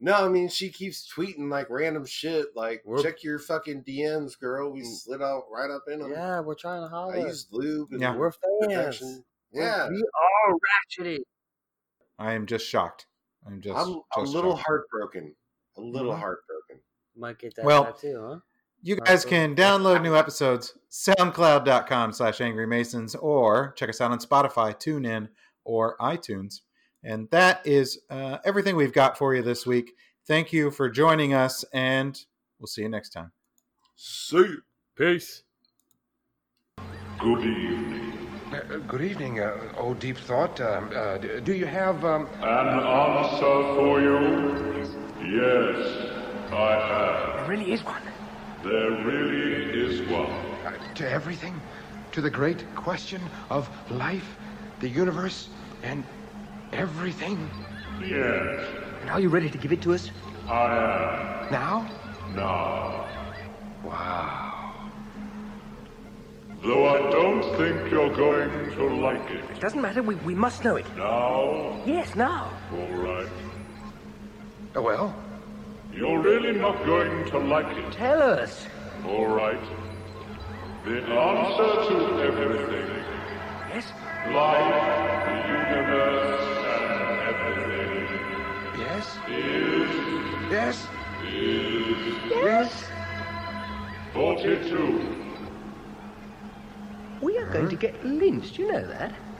Speaker 1: No, I mean she keeps tweeting like random shit. Like
Speaker 3: We're-
Speaker 1: check your fucking DMs, girl. We
Speaker 3: Mm.
Speaker 1: slid out right up in them.
Speaker 3: Yeah, we're trying to
Speaker 1: I
Speaker 3: holler.
Speaker 1: used lube and
Speaker 2: Yeah.
Speaker 3: We're fans.
Speaker 1: protection.
Speaker 3: We're-
Speaker 1: Yeah,
Speaker 3: We are ratchety.
Speaker 2: I am just shocked. I'm just,
Speaker 1: I'm a
Speaker 2: just
Speaker 1: little
Speaker 2: shocked.
Speaker 1: heartbroken. A little
Speaker 3: Mm-hmm.
Speaker 2: Mhm.
Speaker 1: heartbroken.
Speaker 3: Might get that
Speaker 2: Well-
Speaker 3: tattoo, huh?
Speaker 2: You
Speaker 3: Alright,
Speaker 2: guys
Speaker 3: cool.
Speaker 2: can download new episodes soundcloud.com slash angry masons or check us out on Spotify, TuneIn, or iTunes. And that is uh, everything we've got for you this week. Thank you for joining us, and we'll see you next time.
Speaker 1: See you.
Speaker 3: Peace.
Speaker 4: Good evening.
Speaker 7: Uh, Good evening, uh, oh deep thought. Um, uh, d- do you have um,
Speaker 4: An answer for you? Yes, I have.
Speaker 7: there really is one
Speaker 4: There really is one.
Speaker 7: uh, to everything, to the great question of life, the universe, and everything?
Speaker 4: Yes,
Speaker 7: And are you ready to give it to us? I am. Now?
Speaker 4: now.
Speaker 7: Wow.
Speaker 4: Though I don't think you're going to like it.
Speaker 8: Doesn't matter, we, we must know it.
Speaker 4: Now,
Speaker 8: Yes, now.
Speaker 4: all right.
Speaker 7: Uh, well,
Speaker 4: You're really not going to like it.
Speaker 8: Tell us.
Speaker 4: All right. The answer to everything,
Speaker 8: Yes?
Speaker 4: life, the universe, and everything,
Speaker 7: yes,
Speaker 4: is
Speaker 7: yes, yes.
Speaker 4: 42.
Speaker 8: We are going to get lynched, you know that.